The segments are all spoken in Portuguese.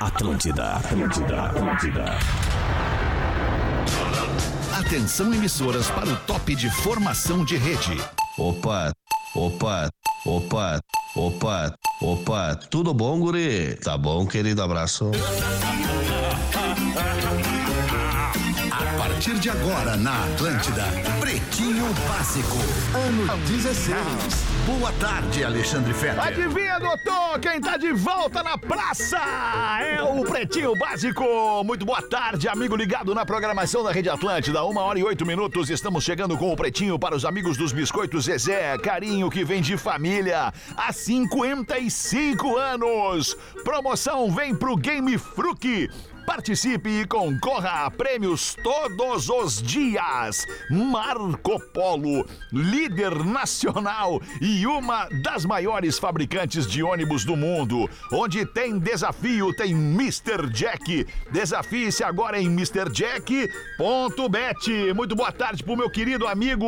Atlântida, Atlântida, Atlântida. Atenção emissoras para o top de formação de rede. Opa, opa, opa, opa, opa. Tudo bom, guri? Tá bom, querido abraço. A partir de agora na Atlântida, Pretinho Básico, ano 16. Boa tarde, Alexandre Fetter. Adivinha, doutor, quem tá de volta na praça é o Pretinho Básico. Muito boa tarde, amigo ligado na programação da Rede Atlântida. Uma hora e oito minutos, estamos chegando com o Pretinho para os amigos dos biscoitos Zezé. Carinho que vem de família há 55 anos. Promoção vem pro Game Fruque. Participe e concorra a prêmios todos os dias. Marco Polo, líder nacional e uma das maiores fabricantes de ônibus do mundo. Onde tem desafio, tem Mr. Jack. Desafie-se agora em MrJack.bet. Muito boa tarde pro meu querido amigo.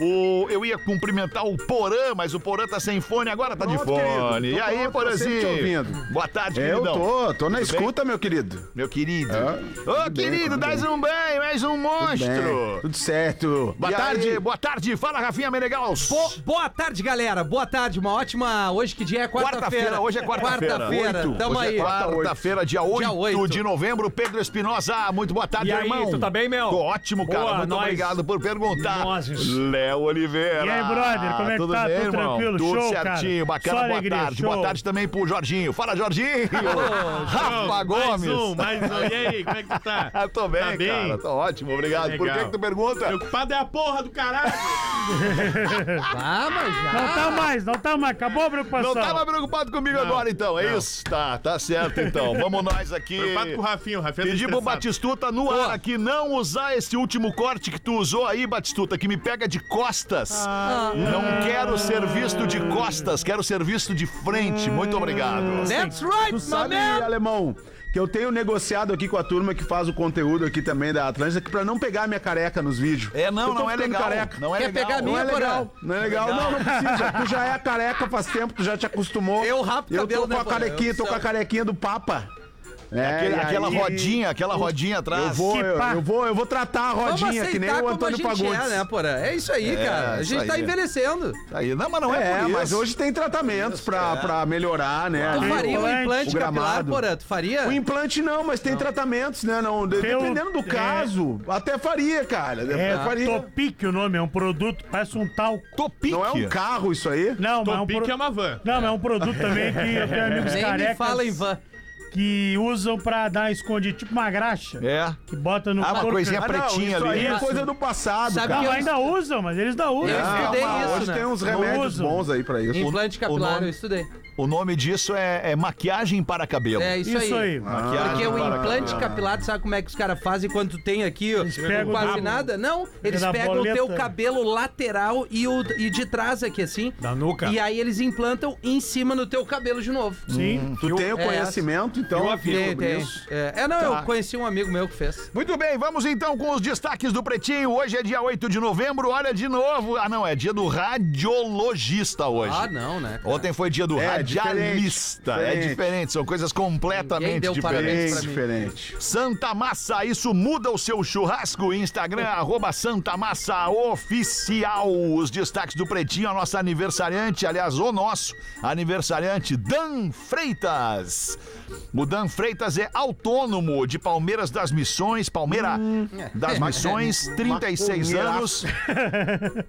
O, eu ia cumprimentar o Porã, mas o Porã tá sem fone agora, tá de Pronto, fone. querido. Tô E aí, pronto, tô sempre te Porãzinho? ouvindo. Boa tarde, É, Eu queridão. tô, tô na Tudo bem? escuta, meu querido. Meu querido. Ah, Ô, tudo bem, querido, tudo dás bem. um banho, és um Bem, monstro. tudo certo. Boa E tarde. aí, boa tarde. Fala, Rafinha Menegaus. Bo- boa tarde, galera. Boa tarde. Uma ótima. Hoje que dia é quarta-feira. Quarta-feira, hoje é quarta-feira. Quarta-feira. Oito. Tamo Hoje aí. É quarta-feira, dia 8, Dia oito. de novembro. Pedro Espinosa, muito boa tarde, E aí, irmão. tu tá bem, meu? Tô ótimo, cara. Boa, muito nós. obrigado por perguntar. Nozes. Léo Oliveira. E aí, brother, como é que Tudo tá? Bem, Tudo irmão? tranquilo? Tudo Show, cara. certinho, bacana. Só boa alegria, tarde. show. Boa tarde também pro Jorginho. Fala, Jorginho. Rafa Gomes. Mais um, mais um. E aí, como é que tu tá? Ah, tô bem, Tá bem? cara. Tô ótimo, obrigado. Por Legal. que, que tu pergunta? Preocupado é a porra do caralho. Ah, mas já. Não tá mais, não tá mais. Acabou a preocupação. Não tava preocupado comigo agora, então. É isso? Tá, tá certo, então. Vamos nós aqui. Preocupado com o Rafinha, o Rafinha tá Pedi pro estressado. Batistuta no ar aqui não usar esse último corte que tu usou aí, Batistuta, que me pega de costas. Ah. Não quero ser visto de costas, quero ser visto de frente. Muito obrigado. That's right, Tu my sabe, man. alemão, que eu tenho negociado aqui com a turma que faz o conteúdo aqui também da Atlântida, que pra não pegar minha careca nos vídeos. É, não, Eu tô não é ficando legal. careca. Não é Quer legal. pegar a Não minha? é legal, Porã? não é legal. Não, não precisa. Tu já é careca faz tempo, tu já te acostumou. Eu rapo Eu cabelo, tô com né, a Porã? carequinha, Eu tô com a sei. carequinha do Papa. É, Aquele- e aí- aquela rodinha, aquela rodinha atrás. Eu vou, Que eu, pá. eu vou, eu vou tratar a Vamos rodinha, aceitar que nem o como a Antônio gente Fagundes. é, né, Porã? É isso aí, cara. A isso gente tá aí. envelhecendo. Aí, não, mas não é, É, por isso. mas hoje tem tratamentos pra, pra melhorar, né? Tu ali faria o- um implante, implante o capilar, gramado. Porã? Tu faria? O implante não, mas tem tratamentos, né? Não, de- Tem o- dependendo do é. caso, até faria, cara. É, até faria. Topic o nome, é um produto, parece um talco. Topique. Não é um carro isso aí? Não, mas é um Topic pro- é uma van. Não, mas é um produto também que eu tenho amigos Nem carecas me é fala em van. que usam pra dar escondido, tipo uma graxa. É. Que bota no Ah, uma corpo. coisinha pretinha isso ali. aí é Isso. coisa do passado, Sabe cara. que Não, ainda usam, mas eles não usam. Eu Ah, estudei mas isso, hoje né? tem uns Não remédios usam. bons aí pra isso. Implante o capilar, nome- eu estudei. O nome disso é, é maquiagem para cabelo. É isso, Isso aí. aí. Ah, Porque é então o para implante capilar, tu sabe como é que os caras fazem quando tu tem aqui ó, pegam quase o rabo. nada? Não, eles Na pegam o teu boleta. cabelo lateral e, o, e de trás aqui, assim. Da nuca. E aí eles implantam em cima no teu cabelo de novo. hum. Sim. Tu tem o é, conhecimento, então. eu fica Tem, com tem. isso. É, é, não, eu conheci um amigo meu que fez. Muito bem, vamos então com os destaques do Pretinho. Hoje é dia 8 de novembro, olha de novo. Ah, não, é dia do radiologista hoje. Ah, não, né? cara? Ontem foi dia do É, radialista. diferente, É diferente. diferente, são coisas Ninguém completamente deu diferentes. parabéns. Bem pra mim. é diferente. Santa Massa, isso muda o seu churrasco. Instagram, arroba Santa Massa Oficial. Os destaques do Pretinho, a nossa aniversariante, aliás, o nosso aniversariante, Dan Freitas. O Dan Freitas é autônomo de Palmeiras das Missões, Palmeira das Missões, 36 Maconheiraço. anos.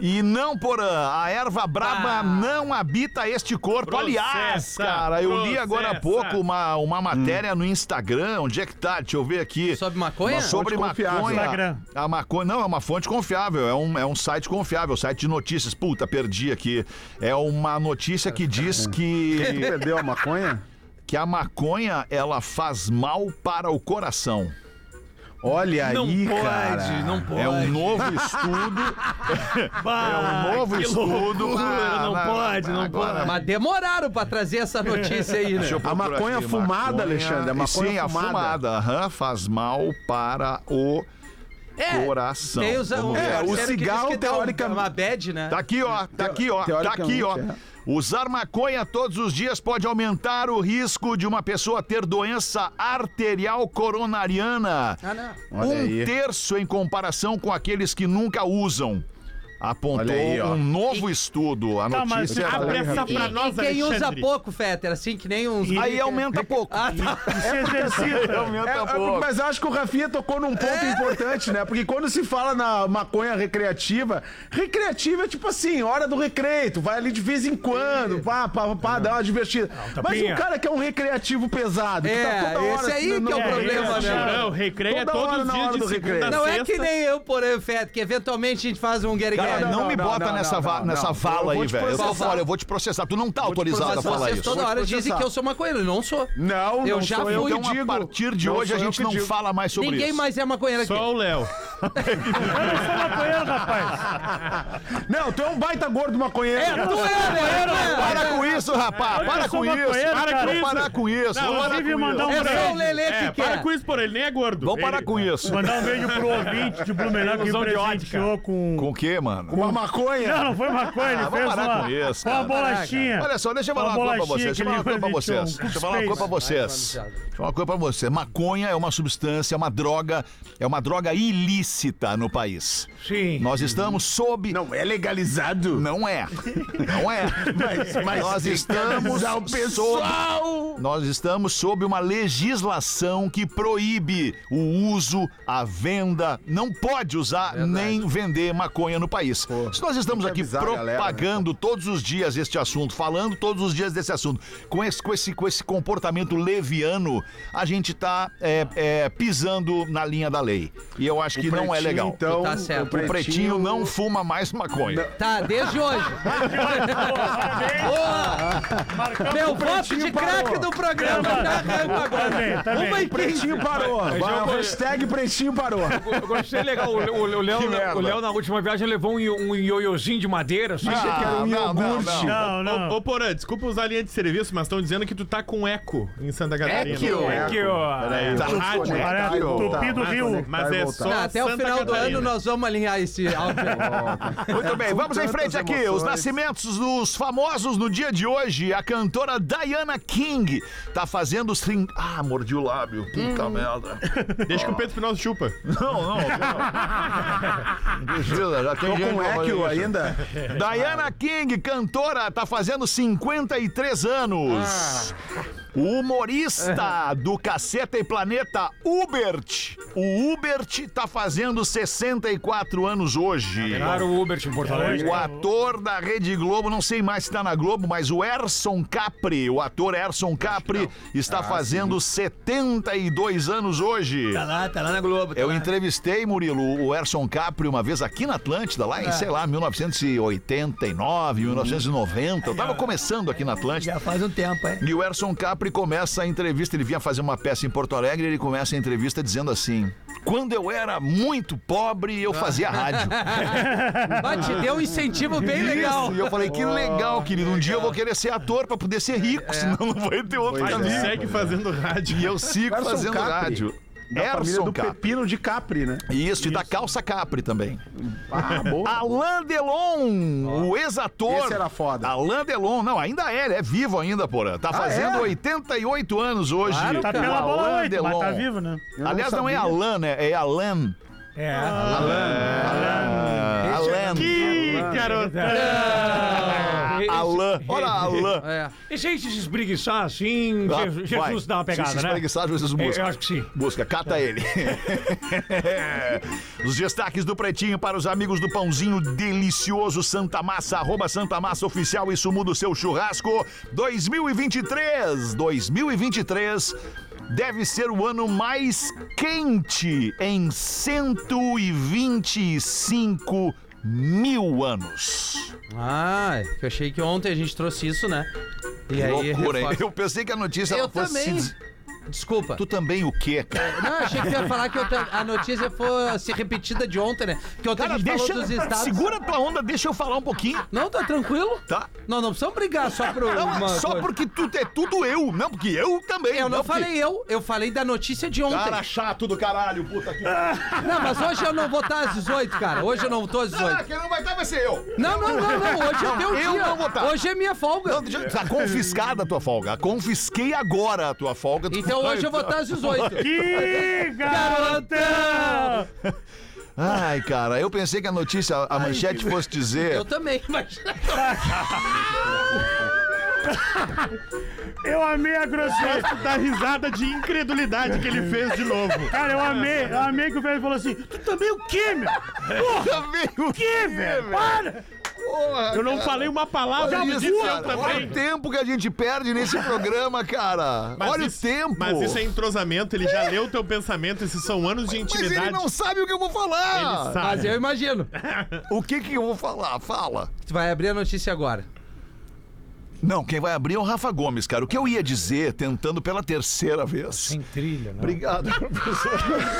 E não, Porã, a erva braba Ah. não habita este corpo. Aliás, Processa, cara, eu li agora há processa. pouco uma, uma matéria no Instagram. Onde é que tá? Deixa eu ver aqui. Sobre maconha? Uma sobre Fonte confiável. maconha. Instagram. A maconha. Não, é uma fonte confiável. É um, é um site confiável, site de notícias. Puta, perdi aqui. É uma notícia que diz Tu que, perdeu a maconha? que a maconha ela faz mal para o coração. Olha Não aí, pode, cara. não pode. É um novo estudo. é um novo que estudo. loucura, Ah, não pode, não agora- Mas demoraram pra trazer essa notícia aí, né? Deixa eu A procurar maconha fumada, Alexandre, a E maconha Sim, a fumada. fumada. aham, faz mal para o coração. É, Tem os, Vamos ver. É, o disseram que diz cigarro, que dá um- teoricamente- Uma bad, né? Tá aqui, ó. Tá aqui, ó. Tá aqui, ó. Teoricamente, é. Usar maconha todos os dias pode aumentar o risco de uma pessoa ter doença arterial coronariana. Ah, não. Olha um aí. terço em comparação com aqueles que nunca usam. Apontou Olha aí, ó. um novo estudo. A Tá, mas notícia. é abre essa E, pra e nós, quem usa Alexandre. pouco, Fetter, assim, que nem uns... Aí aumenta pouco. Ah, tá. E se exercita. É, Aumenta é, um pouco. mas eu acho que o Rafinha tocou num ponto É. importante, né? Porque quando se fala na maconha recreativa, recreativa é tipo assim, hora do recreio, tu vai ali de vez em quando, pá, pá, pá, dá uma divertida. mas tapinha. o cara que é um recreativo pesado, que É, tá toda hora... esse aí que é o É, problema, isso, né? não, recreio é Toda hora todos os na dias hora de do recreio. segunda a Não é sexta. que nem eu, porém, Fetter, que eventualmente a gente faz um guerreiro. Cara, não, me não, bota não, nessa, não, va- não. nessa Eu vala vou aí, te velho. Eu, vou processar. fora, eu vou te processar. Tu não tá te autorizado a processar. falar vocês isso. toda Vou te hora dizem processar. que eu sou maconheiro, eu não sou. Não, não Eu já sou fui, eu Então, que a digo. partir de Não hoje, a sou eu gente que não digo. fala mais sobre Ninguém isso. mais é maconheiro aqui. Só o Léo. Eu sou maconheiro, rapaz. Não, tu é um baita gordo maconheiro. É, tu é, né? Tu Para com isso, rapaz. Eu Para sou com isso. maconheiro, Para cara. com, parar com isso. Não, Vamos parar inclusive, com mandar um É só beijo. o Lelê que é, quer. Para com isso, porra, ele nem é gordo. Vamos Ele- parar com isso. Mandar um beijo pro ouvinte de Blumenau que Ilusão de presenteou com... Com o quê, mano? Uma maconha. Não, não foi maconha, ele Ah, vamos fez parar uma, com isso, uma cara. bolachinha. Olha só, deixa eu falar Uma uma coisa pra bolachinha vocês. Deixa eu que falar uma coisa pra vocês. ele deixou, um Deixa eu falar uma coisa pra vocês. Vai, vai, Deixa eu falar uma coisa pra vocês. Maconha é uma substância, é uma droga, é uma droga ilícita no país. Sim. Nós estamos sob. Não é legalizado. Não é. Não é. mas nós tem que estamos avisar o sob, Nós estamos sob uma legislação que proíbe o uso, a venda, não pode usar nem vender maconha no país. Se nós estamos tem aqui que avisar a galera, né? propagando todos os dias este assunto, falando todos os dias desse assunto, com esse, com esse, com esse comportamento leviano, a gente está pisando na linha da lei. E eu acho que não é Pretinho, legal. Então, Tá certo. o pretinho, não fuma mais maconha. Tá, desde hoje. Boa! Meu voto de pretinho craque parou. do programa tá caindo agora. Também, também. Uma e quinze. Pretinho parou. Mas- mas Vai, eu- hashtag pretinho parou. Eu gostei legal. O, o, o, Léo, Que merda. o Léo, na última viagem, levou um, io- um ioiôzinho de madeira. Assim, Ah, não, não, não. Não, não. Ô, Ô, ô, Porã, desculpa usar a linha de serviço, mas estão dizendo que tu tá com eco em Santa Catarina. Eco? é que, ó. Da rádio. Tá Parece Vai voltar, tupido vai rio. conectar Mas e é voltar. só- Tá, até o Santa final do Catarina. ano nós vamos alinhar esse áudio. Muito bem, vamos em tantas frente aqui. Os emoções. nascimentos dos famosos no dia de hoje. A cantora Diana King tá fazendo os trin... Ah, mordi o lábio. Puta merda. Deixa que o Pedro Final chupa. Não, não. não. Precisa, já tem Tô gente com pra fazer eco isso. ainda. Diana King, cantora, tá fazendo 53 anos. O humorista do Caceta e Planeta, Hubert. O Hubert tá fazendo 64 anos hoje. Claro, o Uber em Porto Alegre. O ator da Rede Globo, não sei mais se tá na Globo, mas o Erson Capri, o ator Erson Capri, está fazendo 72 anos hoje. Tá lá, tá lá na Globo. Eu entrevistei, Murilo, o Erson Capri uma vez aqui na Atlântida, lá em, sei lá, 1989, 1990. Eu tava começando aqui na Atlântida. Já faz um tempo, hein? E o Erson Capri começa a entrevista, ele vinha fazer uma peça em Porto Alegre, ele começa a entrevista dizendo assim: "Quando eu era muito pobre, eu fazia rádio". Vai, te deu um incentivo bem legal. Isso, E eu falei: "Que legal, querido, um dia eu vou querer ser ator pra poder ser É. rico, senão não vai ter outro Mas tu caminho". segue fazendo rádio. E eu sigo Erson fazendo Capri, rádio. Da família Erson do Capri. Pepino de Capri, né? Isso, e da calça Capri também. Ah, boa. Alain Delon, o ex-ator. Esse era foda. Alain Delon, não, ainda é, ele é vivo ainda, porra. Tá fazendo é? 88 anos hoje. Tá pela bola Alain é 8, mas tá vivo, né? não Aliás, não, é sabia. Alain, né? É Alain. É. Ah, Alain. Ih, Tá garoto. É. E- Alain. Olha Alain. É. E se a gente se espreguiçar assim, Ah, Jesus, vai. Jesus dá uma pegada, se se né? espreguiçar, É, Jesus Eu- busca. Eu acho que sim. Busca, cata ele. os destaques do Pretinho para os amigos do Pãozinho Delicioso Santa Massa, arroba Santa Massa Oficial, isso muda o seu churrasco. 2023, 2023 deve ser o ano mais quente em 125 mil anos. Ah, que eu achei que ontem a gente trouxe isso, né? E Que aí, loucura, hein? reforça. Eu pensei que a notícia Eu ela fosse também. se des- Desculpa. Tu também o quê, cara? Não, achei que você ia falar que outra- a notícia fosse repetida de ontem, né? Porque ontem a Cara, gente deixa. falou dos estados. Segura tua onda, deixa eu falar um pouquinho. Não, tá tranquilo? Tá? Não, não precisamos brigar só pro. Não, uma Então, só coisa. porque tu é tudo eu. Não, porque eu também. Eu não porque- falei eu, eu falei da notícia de ontem. Cara chato do caralho, puta que. Não, mas hoje eu não vou estar às 18, cara. Hoje eu Ah, não tô às 18. quem não vai estar vai ser eu. Não, não, não, não. Hoje é teu Eu dia. não vou tá. Hoje é minha folga. Não, deixa- tá confiscada a tua folga. Confisquei agora a tua folga. Tu Então vai- hoje eu vou estar às 18. Ih, garotão! Ai, cara, eu pensei que a notícia, a manchete fosse dizer. Eu também, mas. Eu amei a grosseira. Da risada de incredulidade que ele fez de novo. Cara, eu amei, eu amei que o velho falou assim: Tu também o quê, meu? Também o Que, velho? Para! Eu não falei uma palavra Olha disso isso, eu cara. Olha o também. tempo que a gente perde nesse programa, cara. Mas Olha isso- o tempo. Mas isso é entrosamento, ele já leu teu pensamento, esses são anos de Mas intimidade. ele não sabe o que eu vou falar. Ele sabe. Mas eu imagino. O que que eu vou falar? Fala. Tu vai abrir a notícia agora. Não, quem vai abrir é o Rafa Gomes, cara. O que eu ia dizer, tentando pela terceira vez. Sem trilha, né? Obrigado, professor.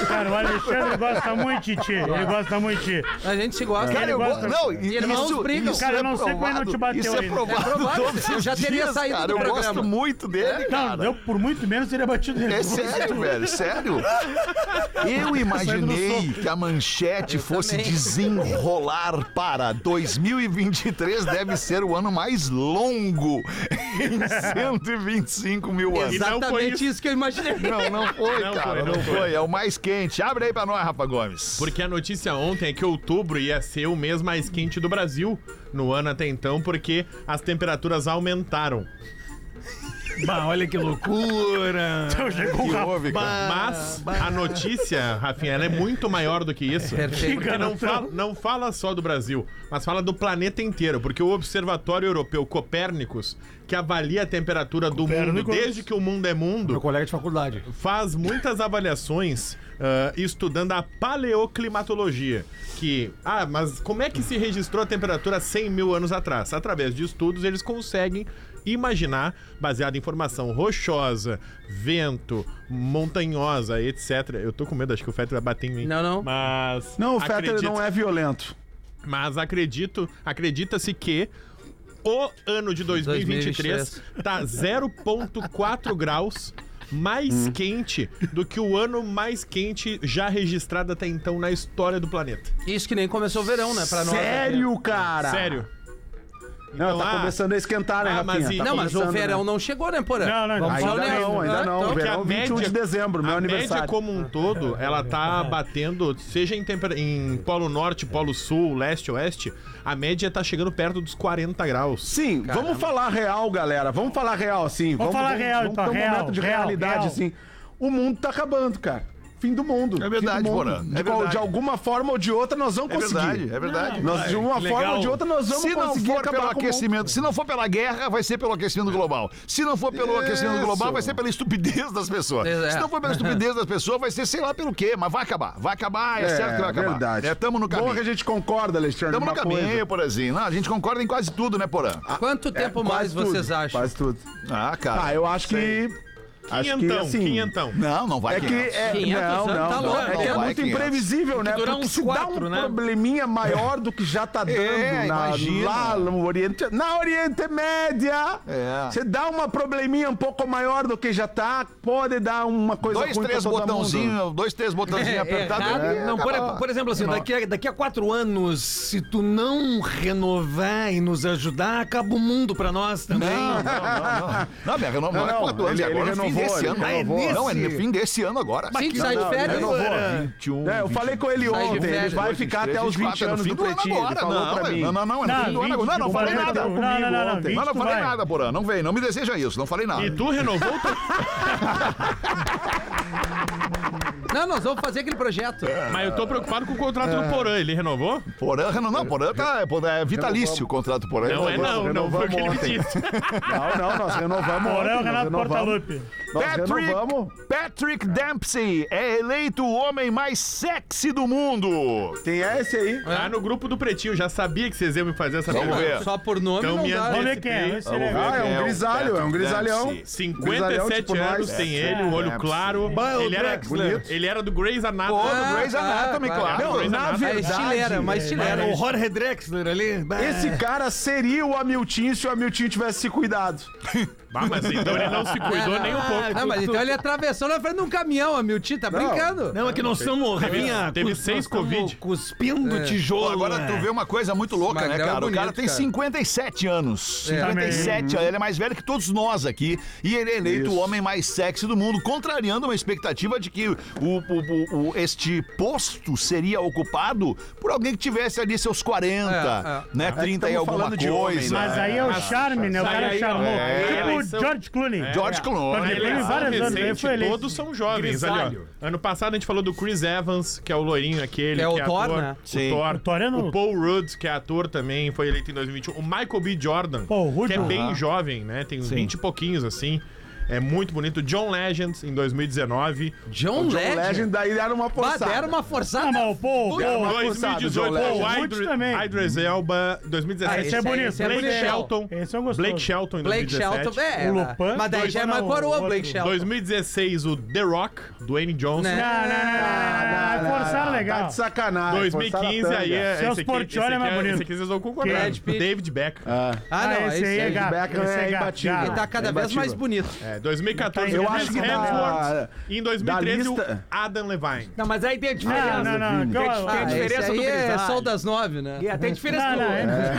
Cara, o Alexandre gosta muito de ti. Ele gosta muito de ti. A gente se gosta. Cara, eu go- gosta- não, i- Irmãos isso, brigam. isso Cara, é eu não sei como ele não te provado, bateu Isso é ainda. provado, É provável, todos os já teria dias, saído cara. do eu programa. É, gosto muito dele, Não, cara. eu por muito menos teria batido nele. É sério, velho, sério. Tá Eu imaginei que a manchete fosse também. desenrolar para 2023 deve ser o ano mais longo em 125 mil anos. não foi Exatamente isso. isso que eu imaginei. Não, não foi, Não cara. foi, não não foi. foi. É o mais quente. Abre aí pra nós, Rafa Gomes. Porque a notícia ontem é que outubro ia ser o mês mais quente do Brasil no ano até então, porque as temperaturas aumentaram. Bah, olha que loucura. Então chegou um que rapaz. houve, cara? Mas a notícia, Rafinha, ela é muito maior do que isso. Perfeito. Porque não fala, não fala só do Brasil, mas fala do planeta inteiro. Porque o Observatório Europeu Copérnicos, que avalia a temperatura do mundo Copérnicos. desde que o mundo é mundo, Meu colega de faculdade. faz muitas avaliações ah, estudando a paleoclimatologia. Que, ah, mas como é que se registrou a temperatura 100 mil anos atrás? Através de estudos, eles conseguem imaginar, baseado em informação rochosa, vento, montanhosa, etc. Eu tô com medo, acho que o Fetter vai bater em mim. Não, não. Mas. Não, o Fetter acredito- não é violento. Mas acredito, acredita-se que o ano de 2023 tá 0.4 graus Hum. mais quente do que o ano mais quente já registrado até então na história do planeta. Isso que nem começou o verão, É né? Pra nós. Sério, cara? Sério. Não, Então, tá ah, começando a esquentar, né, ah, mas Rafinha? e- Tá Não, mas o começando, verão né? não chegou, né, Porã? Não, não, Vamos ainda só nessa. não, ainda Ah, não, então. velho. Verão, é 21 de dezembro, meu a aniversário. média como um todo, ela tá batendo, seja em, tempera- em Polo Norte, Polo Sul, Leste, Oeste, a média tá chegando perto dos 40 graus. Sim, vamos falar real, galera. Vamos falar real, sim. Vamos, falar real, vamos então. ter um Real, momento de real, realidade, real. sim. O mundo tá acabando, cara. Fim do mundo. É verdade, Fim do mundo. Porã, é de, qual- verdade. de alguma forma ou de outra, nós vamos É conseguir. verdade, é verdade. Nós, de uma legal. forma ou de outra, nós vamos Se não conseguir for acabar pelo com o mundo. aquecimento, se não for pela guerra, vai ser pelo aquecimento global. Se não for pelo aquecimento global, vai ser pela estupidez das pessoas. É. Se não for pela estupidez das pessoas, vai ser sei lá pelo quê, mas vai acabar. Vai acabar, é, É, certo que vai acabar. verdade. É, tamo no Bom que a caminho. gente concorda, Alexandre. Tamo no numa caminho, coisa. Porãzinho. Não, a gente concorda em quase tudo, né, Porã? Quanto tempo mais Quase tudo, vocês acham? Quase tudo. Ah, cara. Ah, eu acho que... Acho que, Quinhentão, assim, quinhentão. Não, não vai É que 500. é, 500 não, anos, não, tá não. louco. É que é Vai muito 500. imprevisível, né? durar Porque uns se dá quatro, um né? probleminha maior do que já tá dando É, na, imagina. lá no Oriente, na Oriente Média. É. Você dá uma probleminha um pouco maior do que já tá, pode dar uma coisa Dois, ruim três pra todo mundo. botãozinhos, dois, três É, botãozinhos apertados. Errado, e né? não, por, acabou. por exemplo, assim, daqui a, daqui a quatro anos, se tu não renovar e nos ajudar, acaba o mundo pra nós também. Não, não, não, não. Não, minha renovou não, Não, é não, quatro anos, ele- agora ele é no fim renovou, desse ele ano. renovou. Não, é no Nesse- fim desse ano agora. Sim, tu sai de férias. não, renovou. Agora, 21, É, eu falei com ele Sai de ontem, ele férias, vai dois, ficar até os 20 anos do pretinho, ele falou não, pra mim. Não, não, não, é no fim do ano agora. Não, não falei Não, nada. não, Não, não, não, ontem. 20 não tu falei vai. nada, Porã. Não vem, não me deseja isso, não falei nada. E tu renovou o teu Não, nós vamos fazer aquele projeto. Mas eu tô preocupado com o contrato É. do Porã. Ele renovou? Porã, não, não, Porã tá, é, Porã, é vitalício o contrato Porã. Não é não, não foi o que ele me ontem. disse. Não, não, nós renovamos. ontem, Porém, é o nós Renato renovamos. Portaluppi. Nós Patrick, renovamos. Patrick Dempsey é eleito o homem mais sexy do mundo. Quem é esse aí? Tá no grupo do Pretinho, já sabia que vocês iam me fazer essa Vamos pergunta. ver. Só por nome Então não me dá. Vamos né? ver quem é. Esse ele é. Ah, é quem um o grisalho, é um Patrick grisalhão. Dempsey. 57 Tipo anos nós. tem ele, o olho é, claro. Bah, o Ele era, Drax, bonito. ele era do Grey's Pô, do Anatomy. Grey's Ah, Anatomy, claro. claro. Não, Grey's na Anatomy. É estileira, mas estileira. O Jorge Drexler ali. bah. É. Esse cara seria o Hamilton se o Hamilton tivesse se cuidado. Ah, mas então ele não se cuidou nem um pouco. Ah, mas então ele atravessou na frente de um caminhão, a Miltinho, tá brincando. Não, é que nós estamos, Rafinha, teve cus- seis nós estamos Covid. Cuspindo Pô, tijolo. agora né? tu vê uma coisa muito louca, né, magrão é cara? O cara bonito, tem cara. 57 anos. É. 57 anos. Ele é mais velho que todos nós aqui. E ele é eleito o homem mais sexy do mundo, contrariando uma expectativa de que o, o- o- o- este posto seria ocupado por alguém que tivesse ali seus 40, É, né? 30 e estamos alguma falando de homem, coisa. né? Mas aí é o charme, né? O Mas cara aí, charmou. é, Tipo o eleição- George Clooney. George Porque é Clooney. ele teve vários anos, ele foi eleito. todos são jovens. Ali, Grisalho. ó. Ano passado a gente falou do Chris Evans, que é o loirinho aquele. Que é o ator, Thor, né? Sim. O Thor. O Thor é no- O Paul Rudd, que é ator também, foi eleito em 2021. O Michael B. Jordan, Paul Rudd, que é né? bem jovem, né? Tem uns 20 e pouquinhos, assim. É muito bonito. John Legend, em 2019. John, Legend. Legend daí era uma Bah, forçada. deram uma forçada. Ah, mas o é Paul, Deram Paul, 2018, forçado, John o Legend. Idris- Muito também. Idris Elba, 2017. Ah, esse é bonito. esse é Blake bonitão. Shelton. Esse é um eu gostei. Blake Shelton em Blake 2017. Shelton, é. O né? Lupin, mas daí dois- já é não, mais não, coroa o outro. Blake Shelton. 2016, o The Rock, Dwayne Johnson. Né? Não, não, não, não, não, não, não. Forçaram Tá legal. de sacanagem. forçaram a 2015, aí tanga. é. Seus esse aqui- Portiolli esse é mais aqui bonito. Esse aqui vocês vão concordar. Brad Pitt. David Beckham. Ah. Ah, não, esse, aí é gato. gato. Beckham é imbatível. Ele tá cada É vez mais imbatível. bonito. É, 2014, Eu Chris acho que da- é, Hemsworth. E em 2013, tá da o lista- Adam Levine. Não, mas aí tem a diferença. Não, não, não. que eu- Ah, Tem esse diferença aí do é grisalho. sol das nove, né? E até a diferença Não, do... não, é.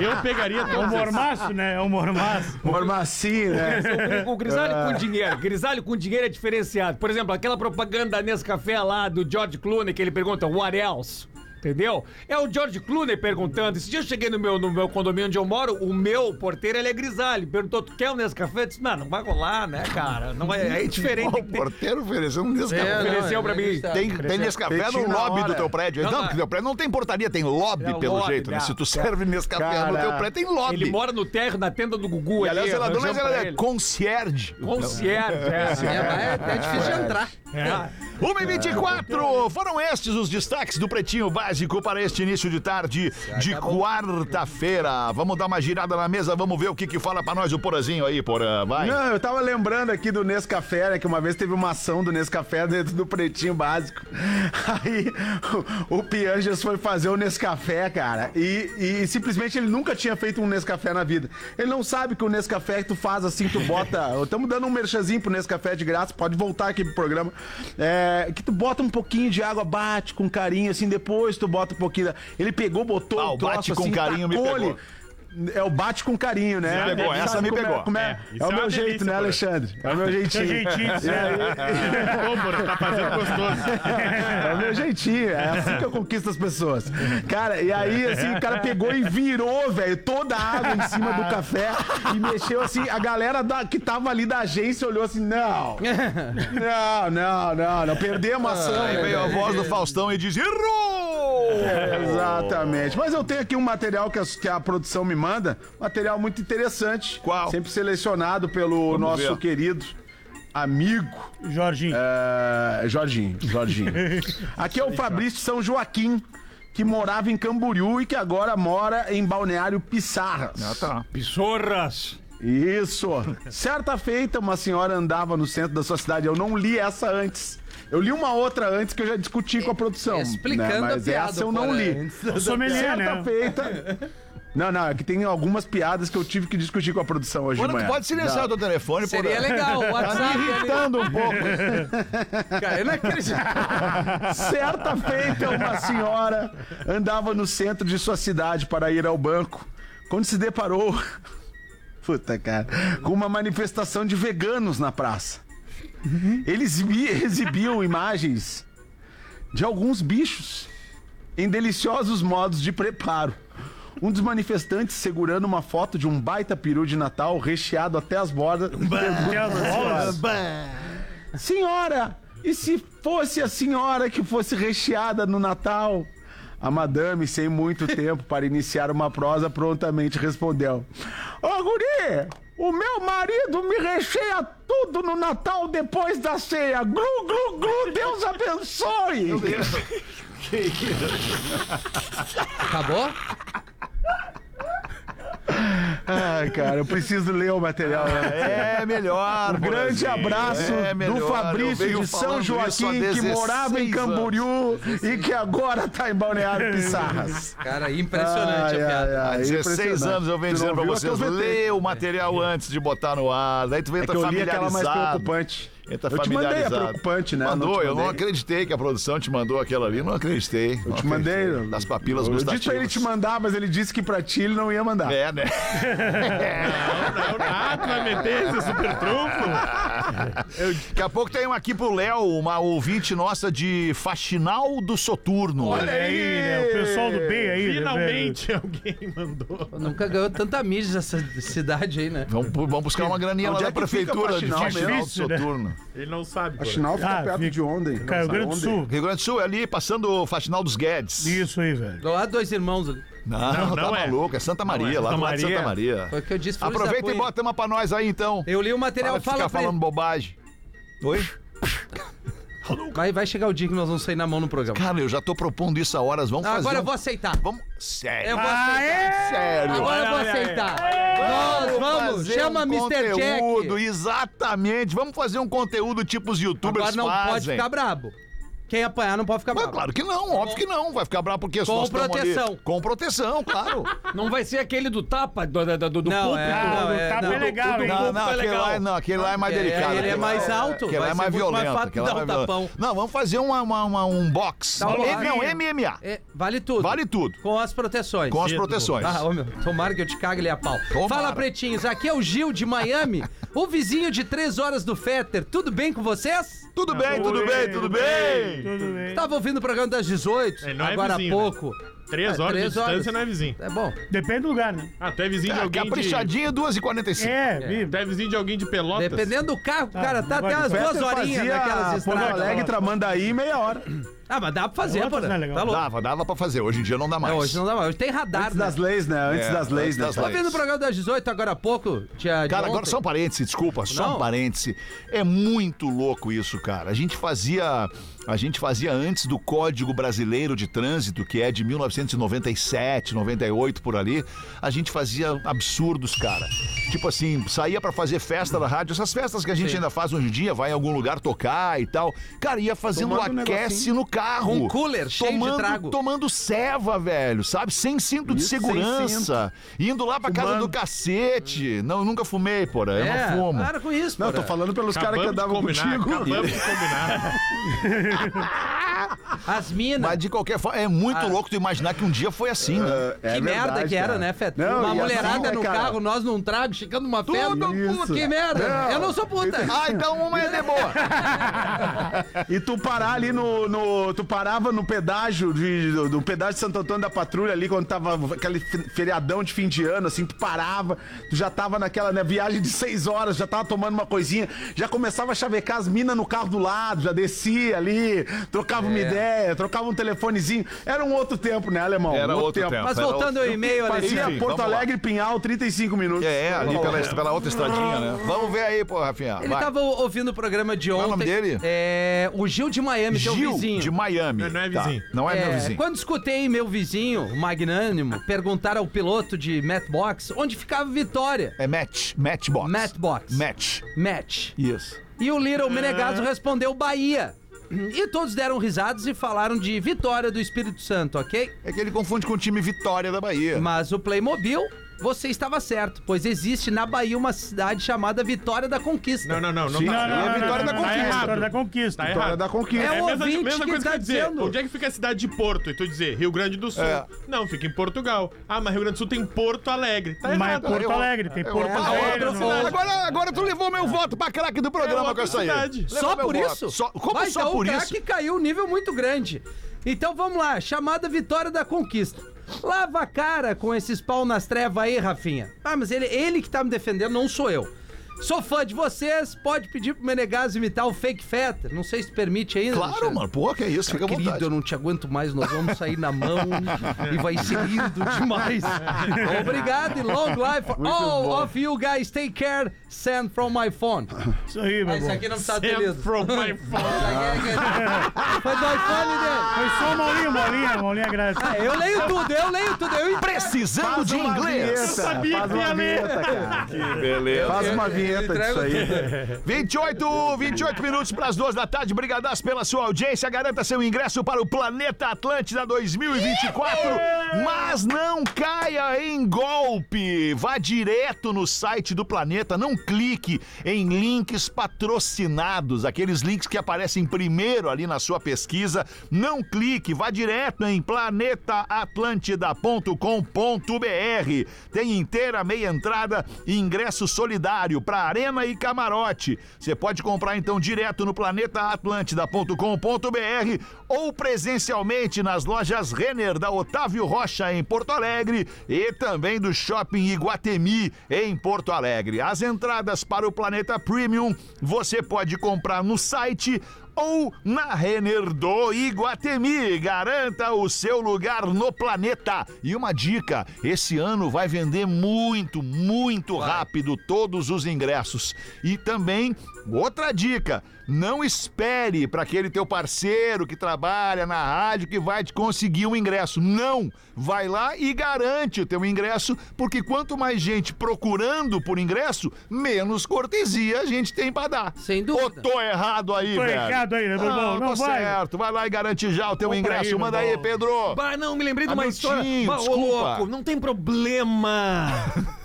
Eu pegaria É o todos esses. mormaço, né? É o mormaço. Forma assim, né? O, o grisalho Ah. com dinheiro. Grisalho com dinheiro é diferenciado. Por exemplo, aquela propaganda da Nescafé lá do George Clooney que ele pergunta what else? Entendeu? É o George Clooney perguntando. Esse dia eu cheguei no meu, no meu condomínio onde eu moro, o meu porteiro ele é grisalho. Perguntou, tu quer um Nescafé? Eu disse, não, não vai rolar, né, cara? Não é, é diferente. Ó, O porteiro ofereceu um É, Nescafé. não, Ofereceu pra é mim. inacreditável. Tem, tem Nescafé Petinho no na lobby hora. do teu prédio. Não, Não, não, não. teu prédio não tem portaria, tem lobby, É o pelo lobby, jeito, né? não. Se tu serve Nescafé no teu Cara, prédio, tem lobby. Ele mora no térreo, na tenda do Gugu. E aliás, ali, ela dona arranjamos ela pra é ele. concierge. Concierge. É, é. mas é até difícil de entrar. 1 e 24 foram estes os destaques do Pretinho Básico para este início de tarde de quarta-feira. Vamos dar uma girada na mesa, vamos ver o que que fala pra nós o Porazinho aí, Porã, vai. Não, eu tava lembrando aqui do Nescafé, né? Que uma vez teve uma ação do Nescafé dentro do pretinho básico. Aí o, o Pianjas foi fazer o Nescafé, cara. E, e simplesmente ele nunca tinha feito um Nescafé na vida. Ele não sabe que o Nescafé que tu faz assim, tu bota. Estamos dando um merchanzinho pro Nescafé de graça, pode voltar aqui pro programa. É, que tu bota um pouquinho de água, bate com carinho, assim, depois tu bota um pouquinho. da- Ele pegou, botou Ah, o o troço, bate com assim, carinho me tacou pegou. ali. É o bate com carinho, né? Me pegou, Sabe essa me como é- pegou. como é- É, é o isso é uma meu delícia, um jeito, né, Porã? Alexandre? É o meu Seu jeitinho. jeitinho, sério. Pô, Porã, tá fazendo gostoso. É o meu jeitinho, é assim que eu conquisto as pessoas. Cara, e aí, É. assim, o cara pegou e virou, velho, toda a água em cima do café e mexeu assim. A galera da- que tava ali da agência olhou assim: não, não, não, não, não, perdemos a ação. Aí veio a voz do Faustão e diz: Errou! Exatamente. Mas eu tenho aqui um material que a, que a produção me manda, um material muito interessante. Qual? Sempre selecionado pelo nosso ver. querido amigo Jorginho. É, Jorginho, Jorginho. Aqui é o Fabrício São Joaquim, que morava em Camboriú e que agora mora em Balneário Pissarras. Ah, tá. Pissorras. Isso. Certa feita, uma senhora andava no centro da sua cidade. Eu não li essa antes. Eu li uma outra antes que eu já discuti com a produção. Explicando né? a Mas piada, essa eu não Porã. li. O sommelier, Certa né? feita. Não, não, é que tem algumas piadas que eu tive que discutir com a produção hoje de Agora manhã. tu pode silenciar o teu telefone, Seria Porã. legal, o Tá WhatsApp. me ali. irritando um pouco. Cara, eu não acredito. Certa feita, uma senhora andava no centro de sua cidade para ir ao banco, quando se deparou. Puta cara, com uma manifestação de veganos na praça. Eles vi- exibiam imagens de alguns bichos em deliciosos modos de preparo. Um dos manifestantes segurando uma foto de um baita peru de Natal recheado até as bordas. Tem as bolas. Senhora, e se fosse a senhora que fosse recheada no Natal? A madame, sem muito tempo para iniciar uma prosa, prontamente respondeu: Ô guri, o meu marido me recheia tudo no Natal depois da ceia. Glu, glu, glu, Deus abençoe! Acabou? Ai, cara, eu preciso ler o material. Né? É melhor. Um grande Borazinho. abraço É melhor. do Eu Fabrício venho de São falando isso há Joaquim, que 16 morava em anos. Camboriú e que agora tá em Balneário Pissarras. Cara, impressionante Ai, a piada. ai, Há ai, 16 é impressionante. É anos eu venho Tu não dizendo pra viu? vocês, Até eu vetei. lê o material antes de botar no ar, daí tu É entra que eu li aquela mais familiarizado. preocupante. Entra eu te mandei a familiarizado. preocupante, né? Mandou, te eu não mandei. acreditei que a produção te mandou aquela ali, não acreditei. Eu te mandei. Das papilas eu gustativas. disse pra ele te mandar, mas ele disse que pra ti ele não ia mandar. É, né? Ah, tu vai meter esse super trunfo? Daqui a pouco tem um aqui pro Léo, uma ouvinte nossa de Faxinal do Soturno. Olha aí, né? O pessoal do bem aí, né, Finalmente alguém mandou. Nunca ganhou tanta mídia essa cidade aí, né? Vamos, vamos buscar uma graninha lá Onde da é que fica prefeitura de Faxinal mesmo? Faxinal do Difícil, né? Soturno. Ele não sabe. A Porã. Chinal fica Ah, perto fica- de ontem. Cara, Rio Grande do Sul. Rio Grande do Sul, é ali, passando o Faxinal dos Guedes. Isso aí, velho. Do lado dois irmãos ali. Não, Não, tá não é. maluco, é Santa Maria, lá Santa do lado de Maria. Santa Maria. Foi o que eu disse Flores da Aproveita e Cunha. bota uma pra nós aí, então. é Eu li o material, Para de fala ficar pra falando ele. bobagem. Oi? Vai, vai chegar o dia que nós vamos sair na mão no programa. Cara, eu já tô propondo isso há horas, vamos fazer... Agora um- eu vou aceitar. Vamos... Sério, Ah, é? Eu vou aceitar. sério. Agora eu vou Olha, olha, aceitar. Nós vamos, fazer chama um Mr. conteúdo, Jack. Exatamente, vamos fazer um conteúdo tipo os youtubers Agora não fazem. pode ficar brabo. Quem apanhar não pode ficar Mas brabo. claro que não, óbvio que não. Vai ficar bravo porque Com nós tamo proteção. Com proteção, claro. Não vai ser aquele do tapa, do, do, do, do Não, púlpito? é, não, é, Tá não. bem legal, hein? Não, público não, é aquele legal. lá, não, aquele lá é mais tá É, delicado. ele é aquele lá mais alto, Aquele vai lá é ser mais muito mais violento. fácil aquele dar lá é um mais tapão. violento. Não, vamos fazer uma, uma- uma- um box. Dá um Ele- box. não, MMA. É, vale tudo. Vale tudo. Com as proteções. Com as proteções. Ah, ô meu, tomara que eu te cague ele a pau. Tomara. Fala, pretinhos, aqui é o Gil de Miami, o vizinho de três horas do Fetter. Tudo bem com vocês? Tudo bem, tudo bem, tudo bem. Tudo bem. Tava ouvindo o programa das 18, Ele não é agora vizinho, né? há pouco. Três É, horas três de distância horas. não é vizinho. É bom. Depende do lugar, né? Ah, tu é vizinho de Ah, alguém Caprichadinha, 2h45. É, de... Tu vive. é vizinho de alguém de Pelotas? Dependendo do carro, o cara tá não até vai umas de duas Peter horinhas fazia naquelas Porto estradas. Alegre, Tramandaí, meia hora. Ah, mas dá pra fazer, Outras pô. não é legal. Tá louco. Dava, dava pra fazer. Hoje em dia não dá mais. É, hoje não dá mais. Hoje tem radar, Antes né? das leis, né? Antes É, das leis, antes né? das cara? Tá vendo o programa das 18 agora há pouco? Dia de Cara, agora ontem? só um parêntese, desculpa, só Não. um parêntese. É muito louco isso, cara. A gente fazia. A gente fazia antes do Código Brasileiro de Trânsito, que é de 1997, 98 por ali, a gente fazia absurdos, cara. Tipo assim, saía pra fazer festa da rádio, essas festas que a gente ainda faz hoje em dia, vai em algum lugar tocar e tal. Cara, ia fazendo Tomando um aquece no carro. Com Um cooler cheio de tomando, trago. Tomando ceva, velho, sabe? Sem cinto de Isso, sem segurança. Indo lá pra casa do cacete. Não, eu nunca fumei, porra. Eu É, não fumo. para com isso, Não, eu porra. tô falando pelos caras que Acabamos de andavam combinar, contigo. Acabamos de combinar. As minas. Mas de qualquer forma, é muito Ah. louco tu imaginar que um dia foi assim, né? É que merda verdade, que era, cara. né, Feta? Não, Uma e assim, mulherada né, no cara? carro, nós num trago, chegando uma festa. Isso. Pô, Que merda! Não. Eu não sou puta! Ah, então uma é de boa. E tu parar ali no. no- tu parava no pedágio de, do, do pedágio de Santo Antônio da Patrulha ali, quando tava aquele fe- feriadão de fim de ano, assim, tu parava, tu já tava naquela né, viagem de seis horas, já tava tomando uma coisinha, já começava a chavecar as minas no carro do lado, já descia ali, trocava É. uma ideia, trocava um telefonezinho. Era um outro tempo, né, alemão? Era Um outro tempo. Mas era voltando ao outro- e-mail, Alexandre. Fazia Enfim, Porto vamos lá. Alegre Pinhal 35 minutos. É, é, ali pela, pela outra estradinha, né? Vamos ver aí, pô, Rafinha. Ele tá vai. tava ouvindo o programa de Qual é ontem. o nome dele? É. O Gil de Miami, seu Gil, vizinho. de Miami. Não, não é Tá, vizinho. Não é, É, meu vizinho. Quando escutei meu vizinho, o magnânimo, perguntar ao piloto de Matchbox onde ficava Vitória. É match, matchbox. Matchbox. Match. Match. Isso. E o Little Ah. Menegaso respondeu Bahia. E todos deram risadas e falaram de Vitória do Espírito Santo, ok? É que ele confunde com o time Vitória da Bahia. Mas o Playmobil, você estava certo, pois existe na Bahia uma cidade chamada Vitória da Conquista. Não, não, não. não Sim, tá Não, certo. não, não, é a não, vitória não, da não, tá conquista. errado, Vitória da conquista. Tá Hora errado. da conquista. É É o a mesma, ouvinte mesma que coisa tá que eu dizer. dizendo. Onde é que fica a cidade de Porto? E tu dizer, Rio Grande do Sul. É. Não, fica em Portugal. Ah, mas Rio Grande do Sul tem Porto Alegre. Tá Mas é errado. Porto Eu- Alegre, tem Porto Ah, Alegre. outra não- cidade. Agora, agora tu levou meu voto pra craque do É programa outra com essa cidade. aí. Só Levou meu por voto. isso? Só- como Mas só então, por o isso? craque caiu um nível muito grande. Então vamos lá, chamada Vitória da Conquista. Lava a cara com esses pau nas trevas aí, Rafinha. Ah, mas ele, ele que tá me defendendo, não sou eu. Sou fã de vocês, pode pedir pro Menegas imitar o fake feta. Não sei se permite ainda. Claro, Alexandre. mano. Pô, que isso, fica à Querido, vontade. eu não te aguento mais, nós vamos sair na mão e vai ser lindo demais. Obrigado e long life for all of you guys. Take care. Send from my phone. Isso aí, meu Ah, isso irmão. tá aqui não precisa ter Sempre lido. from é my phone. Foi do iPhone né? dele. Foi só o Maulinho, Maulinho, Maulinho agradece. Ah, eu leio tudo, eu leio tudo. Eu Precisando de inglês. sabia faz que ia uma ler. vinheta, cara. Beleza. Faz uma Eu- eu vinheta disso entrego aí. 28, 28 minutos para as duas da tarde. Brigadas pela sua audiência. Garanta seu ingresso para o Planeta Atlântida 2024. Mas não caia em golpe. Vá direto no site do Planeta. Não clique em links patrocinados, aqueles links que aparecem primeiro ali na sua pesquisa. Não clique, vá direto em planetaatlântida.com.br. Tem inteira, meia entrada e ingresso solidário para arena e camarote. Você pode comprar então direto no planetaatlântida.com.br ou presencialmente nas lojas Renner da Otávio Rocha em Porto Alegre e também do Shopping Iguatemi em Porto Alegre. As entradas para o Planeta Premium você pode comprar no site ou na Renner do Iguatemi. Garanta o seu lugar no planeta. E uma dica: esse ano vai vender muito, muito rápido todos os ingressos. E também, outra dica: não espere para aquele teu parceiro que trabalha na rádio que vai te conseguir um ingresso. Não! Vai lá e garante o teu ingresso, porque quanto mais gente procurando por ingresso, menos cortesia a gente tem para dar. Sem Ou dúvida. tô errado aí, Tô velho? errado aí, né, meu Não, irmão? Não tá vai. certo. Vai lá e garante já o teu Compra ingresso. aí, meu Manda aí, irmão. Pedro. Bah, não, me lembrei de uma Agostinho, história. Bah, ô, desculpa. louco, não tem problema.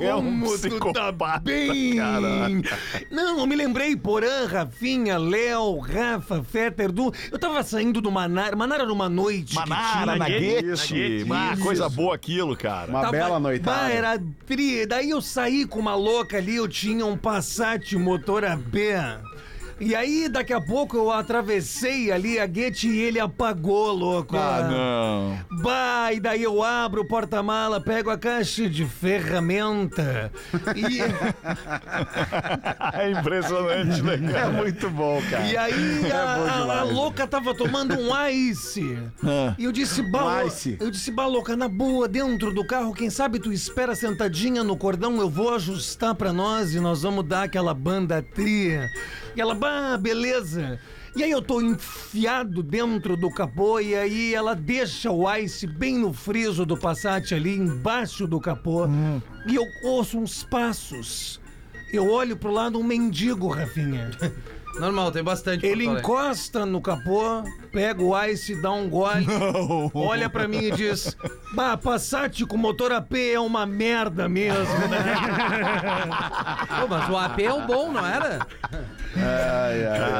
É um Como tu tá psicopata, bem? cara. Não, eu me lembrei, Porã, Rafinha, Léo, Rafa, Fetter, Du. Eu tava saindo do Manara. Manara era uma noite. que Manara, tinha, Naguete. Ah, coisa boa aquilo, cara. Uma bela noitada. Bah, era tri. Daí eu saí com uma louca ali, eu tinha um Passat motor AB. E aí, daqui a pouco, eu atravessei ali a guete e ele apagou, louco. Ah, não. Bah, e daí eu abro o porta-mala, pego a caixa de ferramenta e... É impressionante, né, É cara? muito bom, cara. É E aí a, bom a- a demais. louca tava tomando um ice. Ah. E eu disse, bah, Um lou- ice. eu disse, bah, louca, na boa, dentro do carro, quem sabe tu espera sentadinha no cordão, eu vou ajustar pra nós e nós vamos dar aquela banda tria. E ela, bah, beleza. E aí eu tô enfiado dentro do capô e aí ela deixa o ice bem no friso do Passat ali, embaixo do capô. Hum. E eu ouço uns passos. Eu olho pro lado um mendigo, Rafinha. Normal, tem bastante. Ele Porto Alegre. encosta no capô, pega o ice, dá um gole, olha pra mim e diz: Bah, Passat com motor AP é uma merda mesmo, né? Pô, mas o AP é o bom, não era?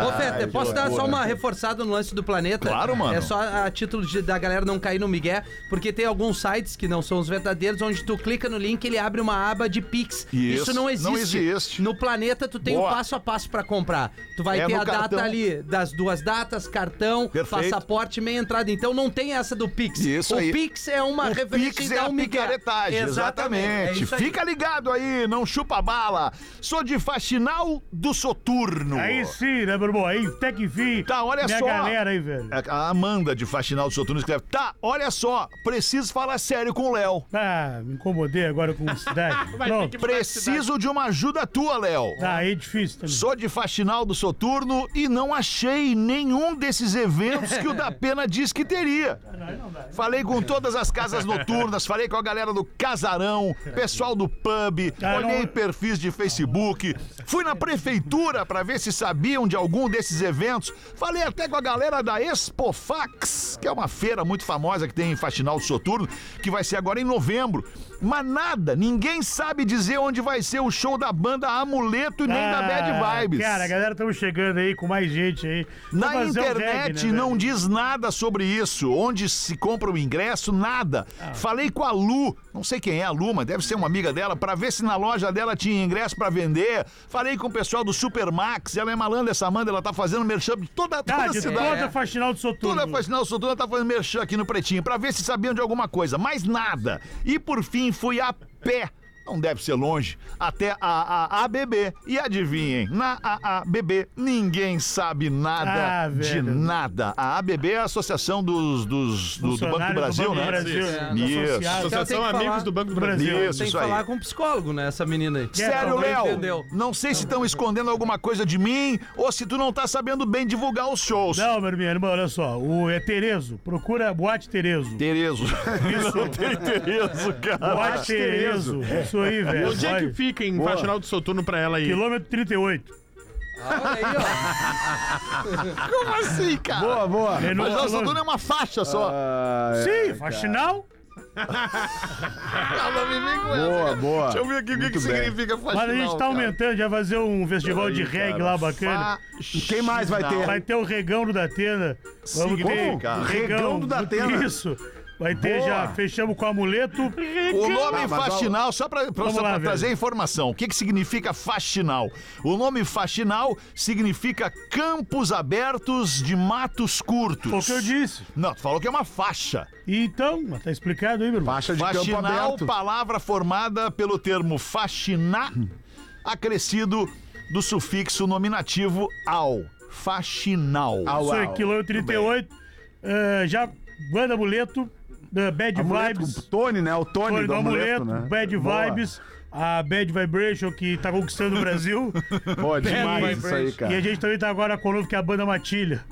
Ô, Feta, posso dar só uma reforçada no lance do planeta? Claro, mano. É só a título de- da galera não cair no migué, porque tem alguns sites que não são os verdadeiros, onde tu clica no link ele abre uma aba de Pix. Isso, Isso não não existe. existe. No planeta, tu tem o Boa. passo a passo pra comprar. Tu vai É ter no a cartão. data ali das duas datas, cartão, Perfeito. passaporte e meia entrada. Então não tem essa do Pix. Isso o aí. Pix é uma O referência Pix e é dá a um migué. picaretagem, É exatamente. isso aí. Fica ligado aí, não chupa bala. Sou de faxinal do soturno. Aí sim, né, meu irmão? Aí, até que enfim. Tá, olha minha só. galera aí, velho. É, A Amanda de Faxinal do Soturno escreve: Tá, olha só, preciso falar sério com o Léo. Ah, me incomodei agora com cidade. Pronto. Preciso de uma ajuda tua, Léo. Tá, aí é difícil também. Sou de Faxinal do Soturno e não achei nenhum desses eventos que o da Pena disse que teria. Falei com todas as casas noturnas, falei com a galera do casarão, pessoal do pub, Ah, não- olhei perfis de Facebook, fui na prefeitura pra ver se sabiam de algum desses eventos, falei até com a galera da Expofax, que é uma feira muito famosa que tem em Faxinal do Soturno, que vai ser agora em novembro. Mas nada, ninguém sabe dizer onde vai ser o show da banda Amuleto e nem da Bad Ah, Vibes. Cara, a galera estamos chegando aí com mais gente aí. Vamos Na fazer um internet reggae, né, não velho? diz nada sobre isso. Onde se compra o ingresso, nada. Ah. Falei com a Lu, não sei quem é a Lu, mas deve ser uma amiga dela, pra ver se na loja dela tinha ingresso pra vender. Falei com o pessoal do Supermax, ela é malandra essa Amanda, ela tá fazendo merchan de toda, toda Ah, a de cidade. toda a faxinal do Soturno. Toda faz sinal, Sotona tá fazendo merchan aqui no Pretinho pra ver se sabiam de alguma coisa, mas nada. E por fim fui a pé não deve ser longe, até a AABB. E adivinhem, na AABB ninguém sabe nada Ah, de velho. nada. A AABB é a Associação dos, dos- do, do Banco do Funcionário Brasil, Banco né? do Brasil, É, Isso. associado. Então tem Associação que falar- Amigos do Banco do Brasil. Brasil. Isso, Tem que isso aí. falar com um psicólogo, né? Essa menina aí. Sério, Talvez Léo, entendeu. não sei se estão escondendo alguma coisa de mim ou se tu não tá sabendo bem divulgar os shows. Não, meu irmão, olha só. O, é Terezo. Procura Boate Terezo. Terezo. Não tem Terezo, cara. Boate Terezo. Isso aí, velho. Onde é que Vai. fica em Faxinal do Soturno pra ela aí? Quilômetro 38. Ah, Olha aí, ó. Como assim, cara? Boa, boa. É no Mas o quilômetro- Santana é uma faixa só. Ah, Sim, faxinal. Ela me vem com essa, Boa, cara. boa. Deixa eu ver aqui o que, que significa faixinal. Mas a gente tá cara. aumentando, já vai fazer um festival de reggae lá bacana. Faxinal. Quem mais vai ter? Vai ter o regão do Datena. Vamos ter Significa. o Regão do Datena. Isso. Vai ter Boa. já, fechamos com amuleto. O nome Ah, mas faxinal, só para Vamos lá, velho. trazer informação, o que, que significa faxinal? O nome faxinal significa campos abertos de matos curtos. Foi o que eu disse. Não, tu falou que é uma faixa. E então, mas tá explicado aí, meu irmão. Faixa de campo Faxinal, aberto. palavra formada pelo termo faxinar, acrescido do sufixo nominativo ao. Faxinal. Isso é quilômetro 38. eh, já banda amuleto, eh, Bad Amuleto com Vibes. o Tony, né? O Tony, Tony do amuleto, né? Bad Boa. Vibes, a Bad Vibration que tá conquistando o Brasil. Pô, demais isso aí, E a cara. Tá. gente também tá agora com a novo, que é a banda Matilha.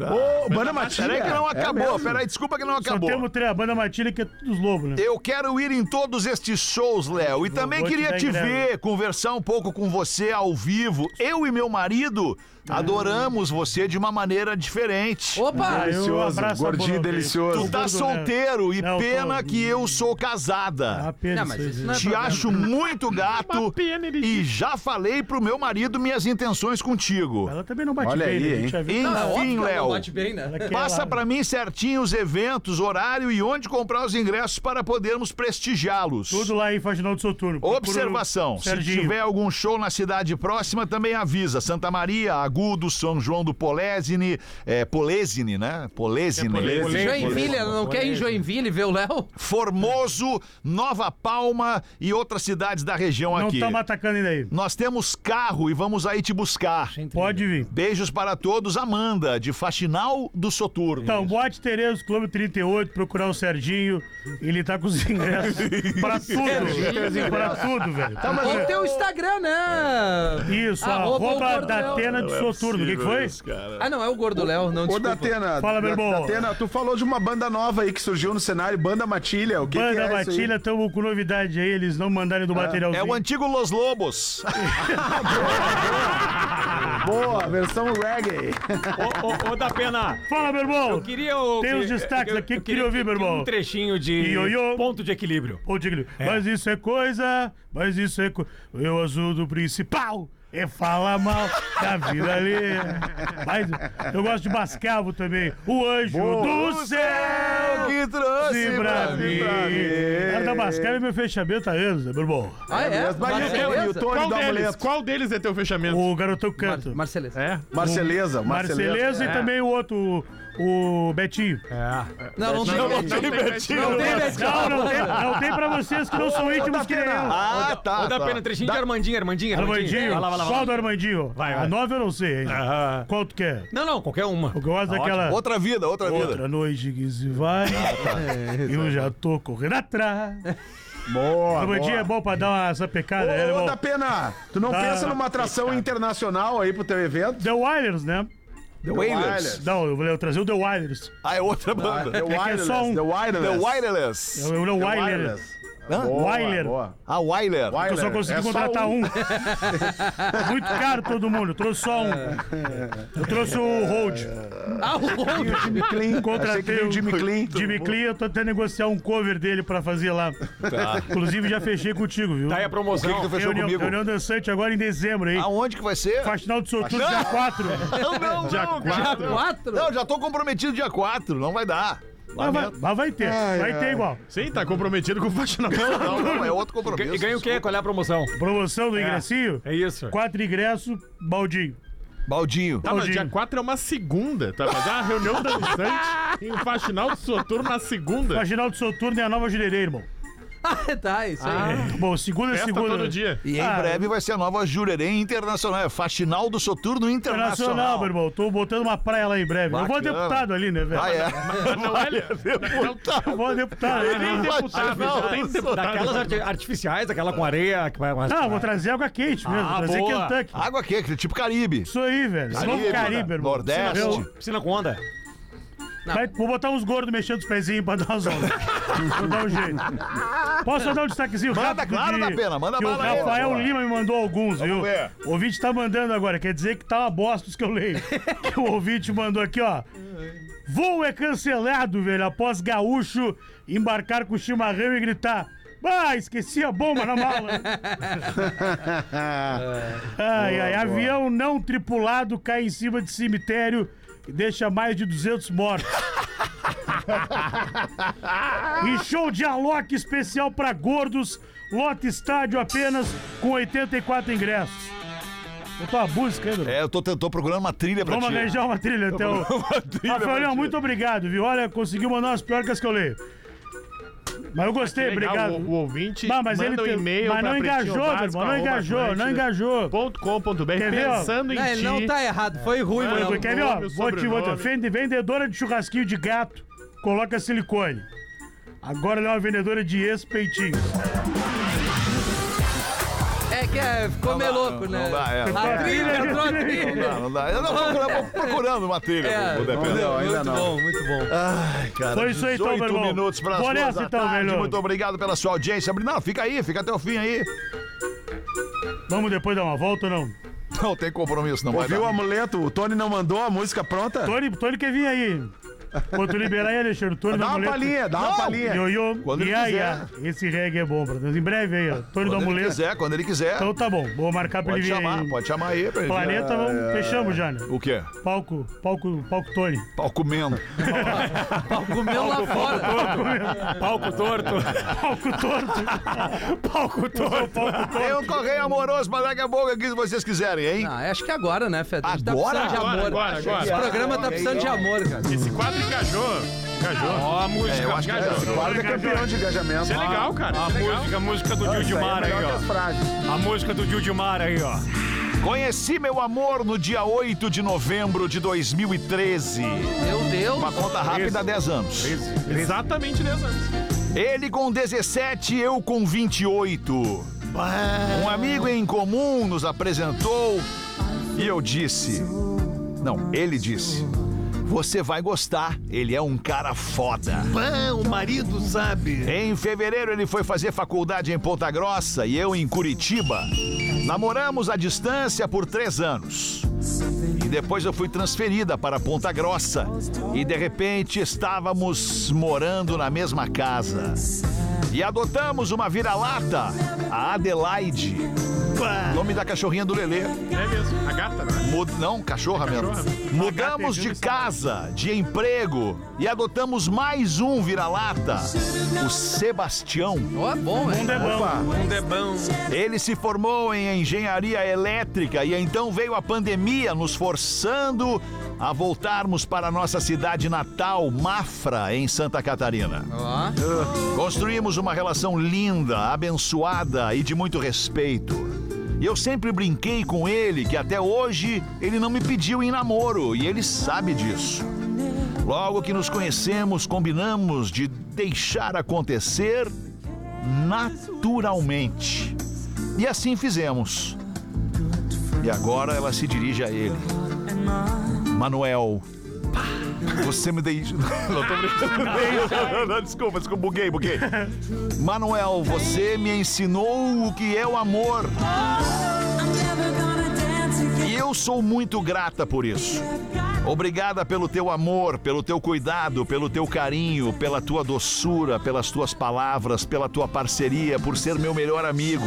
Ô, Banda Matilha. Peraí que não é acabou, mesmo? peraí, desculpa que não Tá Só acabou. temos três, a banda Matilha que é dos lobos, né? Eu quero ir em todos estes shows, Léo, e também vou te queria dar te grana. ver, conversar um pouco com você ao vivo. Eu e meu marido É. adoramos você de uma maneira diferente. Opa! Aí Ah, eu Delicioso, abraço a gordinho Bonobo aí. delicioso. Tu tá solteiro e né? Não, eu tô- pena que eu sou casada. Ah, pena Não, mas isso aí, isso né? não é Te problema. acho muito gato pena, ele e já falei pro meu marido minhas intenções contigo. Ela também não bate Olha bem, aí, né? A hein? gente já viu. Ah, óbvio que Enfim, ela não Léo. Bate bem, né? Ela quer Passa lá. pra mim certinho os eventos, horário e onde comprar os ingressos para podermos prestigiá-los. Tudo lá em Faginal do Soturno. Procura o Observação: se Serginho. tiver algum show na cidade próxima, também avisa. Santa Maria, Agudo, São João do Polesine, é, Polesine, né? É Polesine. Joinville, ela não quer ir em Joinville ver o Léo? Formoso, Nova Palma e outras cidades da região Não um tá aqui. estamos atacando ainda aí. Nós temos carro e vamos aí te buscar. Pode vir. Beijos para todos, Amanda, de Faxinal do Soturno. Então, Boate Terezo, Clube 38, procurar o Serginho. Ele tá com os ingressos pra tudo. pra tudo, velho. é. Ou teu Instagram, É. né? Isso, Arroba o arroba Gordão. da Atena de Soturno. O que, que foi? Ah, não, é o Gordo Léo, não Ô, desculpa. Datena, Fala, meu Da- irmão. Datena, tu falou de uma banda nova aí que surgiu no cenário, Banda Matilha. O que que Banda é isso aí? Matilha, estamos com novidade aí. Eles não mandaram do É materialzinho. o antigo Los Lobos. Boa, versão reggae. Ô, ô, ô, da pena. Fala, meu irmão. Eu queria. o- Tem os eu- destaques eu- aqui que eu eu queria ouvir, meu irmão. Um trechinho de Ioiô. ponto de equilíbrio. Ô, Digno, mas isso é coisa, mas isso é coisa. Eu azul do principal é fala mal da vida ali. Mas eu gosto de Mascavo também. O anjo do céu que trouxe se pra mim. mim. O cara da Mascavo é meu fechamento há anos, né, meu irmão? Ah, Mas e o- e é? o Marceleza? Tony Qual do deles? Amuleto? Qual deles é teu fechamento? O garotão que Mar- canta. Marceleza. É? Marceleza, Marceleza. Um é. Marceleza e também o outro, o, o Betinho. Não, não tem. Não tem Betinho. Não tem, Betinho. Não, não tem, não tem pra vocês que não são íntimos que nem eu. Ah, tá. Ô, da tá. pena, trechinho de Armandinho, Armandinho, Armandinho, Vai lá, vai lá, vai lá. qual do Armandinho? Vai, A nova eu não sei, hein? Qual tu quer? Não, não, qualquer uma. Eu gosto Tá daquela. Outra vida, outra vida. Outra noite que se vai, Ah, tá. É, eu já tô correndo atrás. Boa, Todo dia é boa. bom pra dar uma sapecada, né, Tá Ô, ô, irmão? da pena, tu não Tá. pensa numa atração internacional aí pro teu evento? The Wilders, né? The Wailers. Wireless. Não, eu vou trazer o The Wilders. Ah, é outra banda. É The Wireless, só um- The The Wireless. Wireless. Eu, eu, o Wilders. Boa, Wilder. boa. A Wyler. Eu só Wilder, consegui é só contratar um. Muito caro todo mundo, eu trouxe só um. Eu trouxe o Hold. Ah, o Hold. Jimmy Clean. Achei que Contratei veio o o Jimmy Clean. Jimmy Clean, eu tô até negociar um cover dele pra fazer lá. Tá. Inclusive já fechei contigo, viu? Tá aí a promoção. O que que tu fechou reunião, comigo? reunião dançante agora em dezembro, hein? Aonde que vai ser? Faxinal do Soturno, dia 4. Não, não, não, cara. Quatro? Não, já tô comprometido dia 4, não vai dar. Mas vai, Lamento. mas vai ter, vai ter igual. Sim, tá comprometido com o Faxinal. Não, não, é outro E compromisso. ganha o quê? Qual é a promoção? Promoção do ingressinho, É isso. quatro ingressos, baldinho. Baldinho. Tá, mas Claudinho. dia 4 é uma segunda, tá? Fazer uma reunião dançante e o Faxinal do Soturno na segunda. Faxinal do Soturno é a nova girerê, irmão. Ah, tá, isso aí. Bom, segunda é Festa segunda. todo dia. E em Ah. breve vai ser a nova Jurerê Internacional. É Faxinal do Soturno Internacional, Internacional. meu irmão. Tô botando uma praia lá em breve. Eu vou a Bacana. deputado ali, né, velho? Ah, é? Não, olha, Eu vou a deputado. né? nem deputado, não, nem deputado. Ah, Daquelas arti- artificiais, aquela com areia. Que vai, Não, eu vou trazer água quente mesmo. Ah, vou trazer boa. Kentucky. Água quente, tipo Caribe. né? Isso aí, velho. Esse novo Caribe, meu irmão. Nordeste. Eu- Piscina com onda. Vai- vou botar uns gordos mexendo os pezinhos pra dar umas ondas. vou dar um jeito. Posso só dar um destaquezinho Manda, rápido? claro, de- dá pena, manda que bala O aí, Rafael vamos lá. Lima me mandou alguns, viu? ver. O ouvinte tá mandando agora, quer dizer que tá uma bosta os que eu leio. Que o ouvinte mandou aqui, ó. Voo é cancelado, velho, após gaúcho embarcar com o chimarrão e gritar. Ah, esqueci a bomba na mala. ai, ai, avião não tripulado cai em cima de cemitério e deixa mais de 200 mortos. E show de Alok especial pra gordos, lota estádio apenas com 84 ingressos. Botou uma música aí, Dudu. É, eu tô, tentando procurando uma trilha pra Vamos ti. arranjar uma trilha até o. trilha pra Rafael, Leão, ti. muito obrigado, viu? Olha, conseguiu mandar as piorcas que eu leio. Mas eu gostei, Legal, obrigado. O, o ouvinte Não, mas manda ele tem- um e-mail mas não engajou, meu irmão, não engajou, não engajou. .com.br Quer ver, ó? pensando em Não, ti. ele não tá errado, foi ruim, Não, mano. Tá porque- Quer ver, ó? nome, o Vou te, vou te, sobrenome. Vende- vendedora de churrasquinho de gato, coloca silicone. Agora ela é uma vendedora de ex-peitinhos. É que é, ficou meio louco, né? não dá, é. A trilha entrou a trilha. um Não, não dá. Eu não procurando, procurando uma trilha. É, pro- pro Depena. deu, ainda muito não. bom, muito bom. Ai, cara, Foi isso aí, então, 18 meu irmão. minutos para Vou duas nessa, da então, tarde. velho. Muito obrigado pela sua audiência. Não, fica aí, fica até o fim aí. Vamos depois dar uma volta ou não? Não tem compromisso, não vai Ouviu o dar. amuleto? O Tony não mandou a música pronta? Tony, Tony quer vir aí. Quando tu liberar aí, Alexandre, Tony Dá do uma amuleto. palhinha, dá uma Não, palhinha. Ioiô, Quando ele ia, ia. Esse reggae é bom, Deus. Em breve aí, ó. Tony do Quando ele amuleto. quiser, quando ele quiser. Então tá bom, vou marcar pra Pode ele vir chamar, aí. pode É. chamar aí. pra ele. Planeta, vamos, fechamos já, né? O quê? Palco, palco, palco Tony. Pau comendo. Comeu lá fora. Palco torto. Palco torto. palco torto. Palco torto. Tem um correio amoroso pra daqui a pouco aqui, se vocês quiserem, hein? Ah, acho que agora, né, Feta? A gente tá Agora? precisando de amor. Agora, agora, Esse agora. programa tá precisando de amor, cara. Esse quadro engajou. Engajou. Ó, a música. Eu acho que Engajou. é. Guarda é campeão de engajamento. Isso é legal, cara. A Isso é legal. música, a música do Isso aí é Dildimar aí, melhor que as ó. frases. A música do Dildimar aí, ó. Conheci meu amor no dia 8 de novembro de 2013. Meu Deus. Uma conta rápida, 10 anos. Exatamente né, 10 anos. Ele com 17, eu com 28. Um amigo em comum nos apresentou e eu disse. Não, ele disse. Você vai gostar, ele é um cara foda. o marido sabe. Em fevereiro ele foi fazer faculdade em Ponta Grossa e eu em Curitiba. Namoramos à distância por três anos. E depois eu fui transferida para Ponta Grossa e de repente estávamos morando na mesma casa. E adotamos uma vira-lata, a Adelaide. Nome da cachorrinha do Lelê. É mesmo. A gata, né? Mud- Não, cachorra mesmo. é Mudamos de casa, de emprego e adotamos mais um vira-lata, o Sebastião. Ó, é bom, hein? Mundo é bom. Ele se formou em engenharia elétrica e então veio a pandemia nos forçando a voltarmos para nossa cidade natal, Mafra, em Santa Catarina. Ó. Construímos uma relação linda, abençoada e de muito respeito. E eu sempre brinquei com ele que até hoje ele não me pediu em namoro e ele sabe disso. Logo que nos conhecemos, combinamos de deixar acontecer naturalmente. E assim fizemos. E agora ela se dirige a ele. Manuel, você me deixa. Não tô brincando. Não, Desculpa, desculpa, buguei, buguei. Manuel, você me ensinou o que é o amor. E eu sou muito grata por isso. Obrigada pelo teu amor, pelo teu cuidado, pelo teu carinho, pela tua doçura, pelas tuas palavras, pela tua parceria, por ser meu melhor amigo,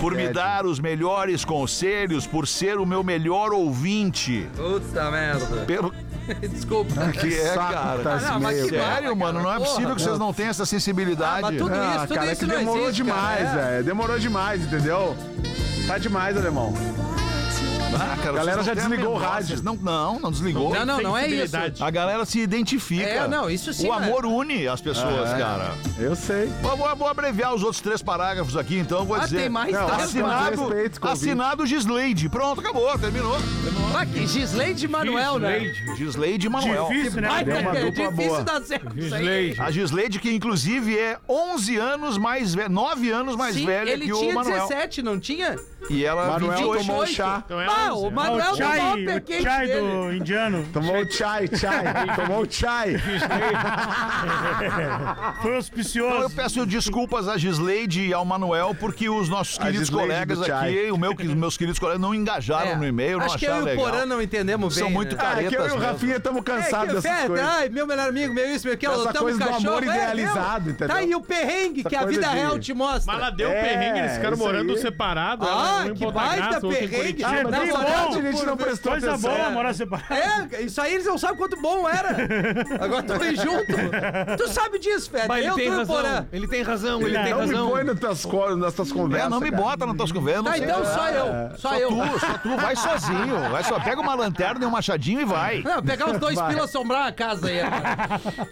por me dar os melhores conselhos, por ser o meu melhor ouvinte, Puta merda. pelo Desculpa. que é, saco cara. que tá Ah, não, mas que merda, Sério, mano, não é cara. possível Porra. que vocês não tenham essa Ah, sensibilidade. mas tudo isso, Ah, tudo cara, é isso que não demorou existe, demais, cara. velho. Demorou demais, entendeu? Tá demais, alemão. Ah, cara, Galera vocês não já têm desligou o menor- rádio. vocês Não, não, não desligou. Não, não, não é isso. Sensibilidade. A galera se identifica. É, não, isso sim, O né? amor une as É. pessoas, cara. Eu sei. Vou, vou- vou abreviar os outros três parágrafos aqui, então. Vou Ah, dizer. tem mais Não, três assinado- mano. Respeito, convite. assinado Gisleide. Pronto, acabou, terminou. Ah, que Gisleide Manuel, né? Gisleide Manuel. Difícil, né? Ai, Deu uma cara, é dupla difícil boa. dar certo isso aí. Slade. A Gisleide, que inclusive é 11 anos mais velha, 9 anos mais Sim, velha ele que o tinha Manuel. 17, não tinha? E ela Manuel 28. tomou um chá. Então é ah, 11, o Ah, né? Manuel o tomou um chai, pé o quente chai dele. do indiano. Tomou chai, chai. Tomou chai. Foi Então auspicioso. eu peço desculpas a Gisleide e ao Manuel, porque os nossos A queridos Gisleide colegas do Chai. aqui, o meu, os meus queridos colegas, não engajaram É. no e-mail, não Acho que eu acharam e o né? legal. Porã não entendemos bem. São muito né? Ah, é que eu e caretas o mesmo. Rafinha estamos cansados É, que dessas é, coisas. Ai, meu melhor amigo, meu isso, meu aquilo, Essa lotamos coisa do cachorro. amor é, idealizado, meu. entendeu? Tá aí o perrengue Essa que a coisa vida de- real te mostra. Mas lá deu É, perrengue, eles ficaram isso morando aí. separados. Ah, um em que Ponta baita Graça, outro em perrengue. Curitiba. Ah, Na Não, verdade, não, a gente por não ver- prestou Coisa atenção. boa morar separado. É, isso aí eles não sabem quanto bom era. Agora estão aí junto. Tu sabe disso, Fede. Mas ele eu tem tô e o Porã. Tá, razão. Ele tem razão, ele Não, tem Não me razão. põe nas tuas, co- nas tuas É, conversas. não me cara. bota nas tuas conversas. eu não Tá, sei então nada. só É, eu. Só eu. Tu, só tu, vai sozinho. Vai só, pega uma lanterna e um machadinho e vai. Não, pegar os dois Vai. pila assombrar a casa aí. agora.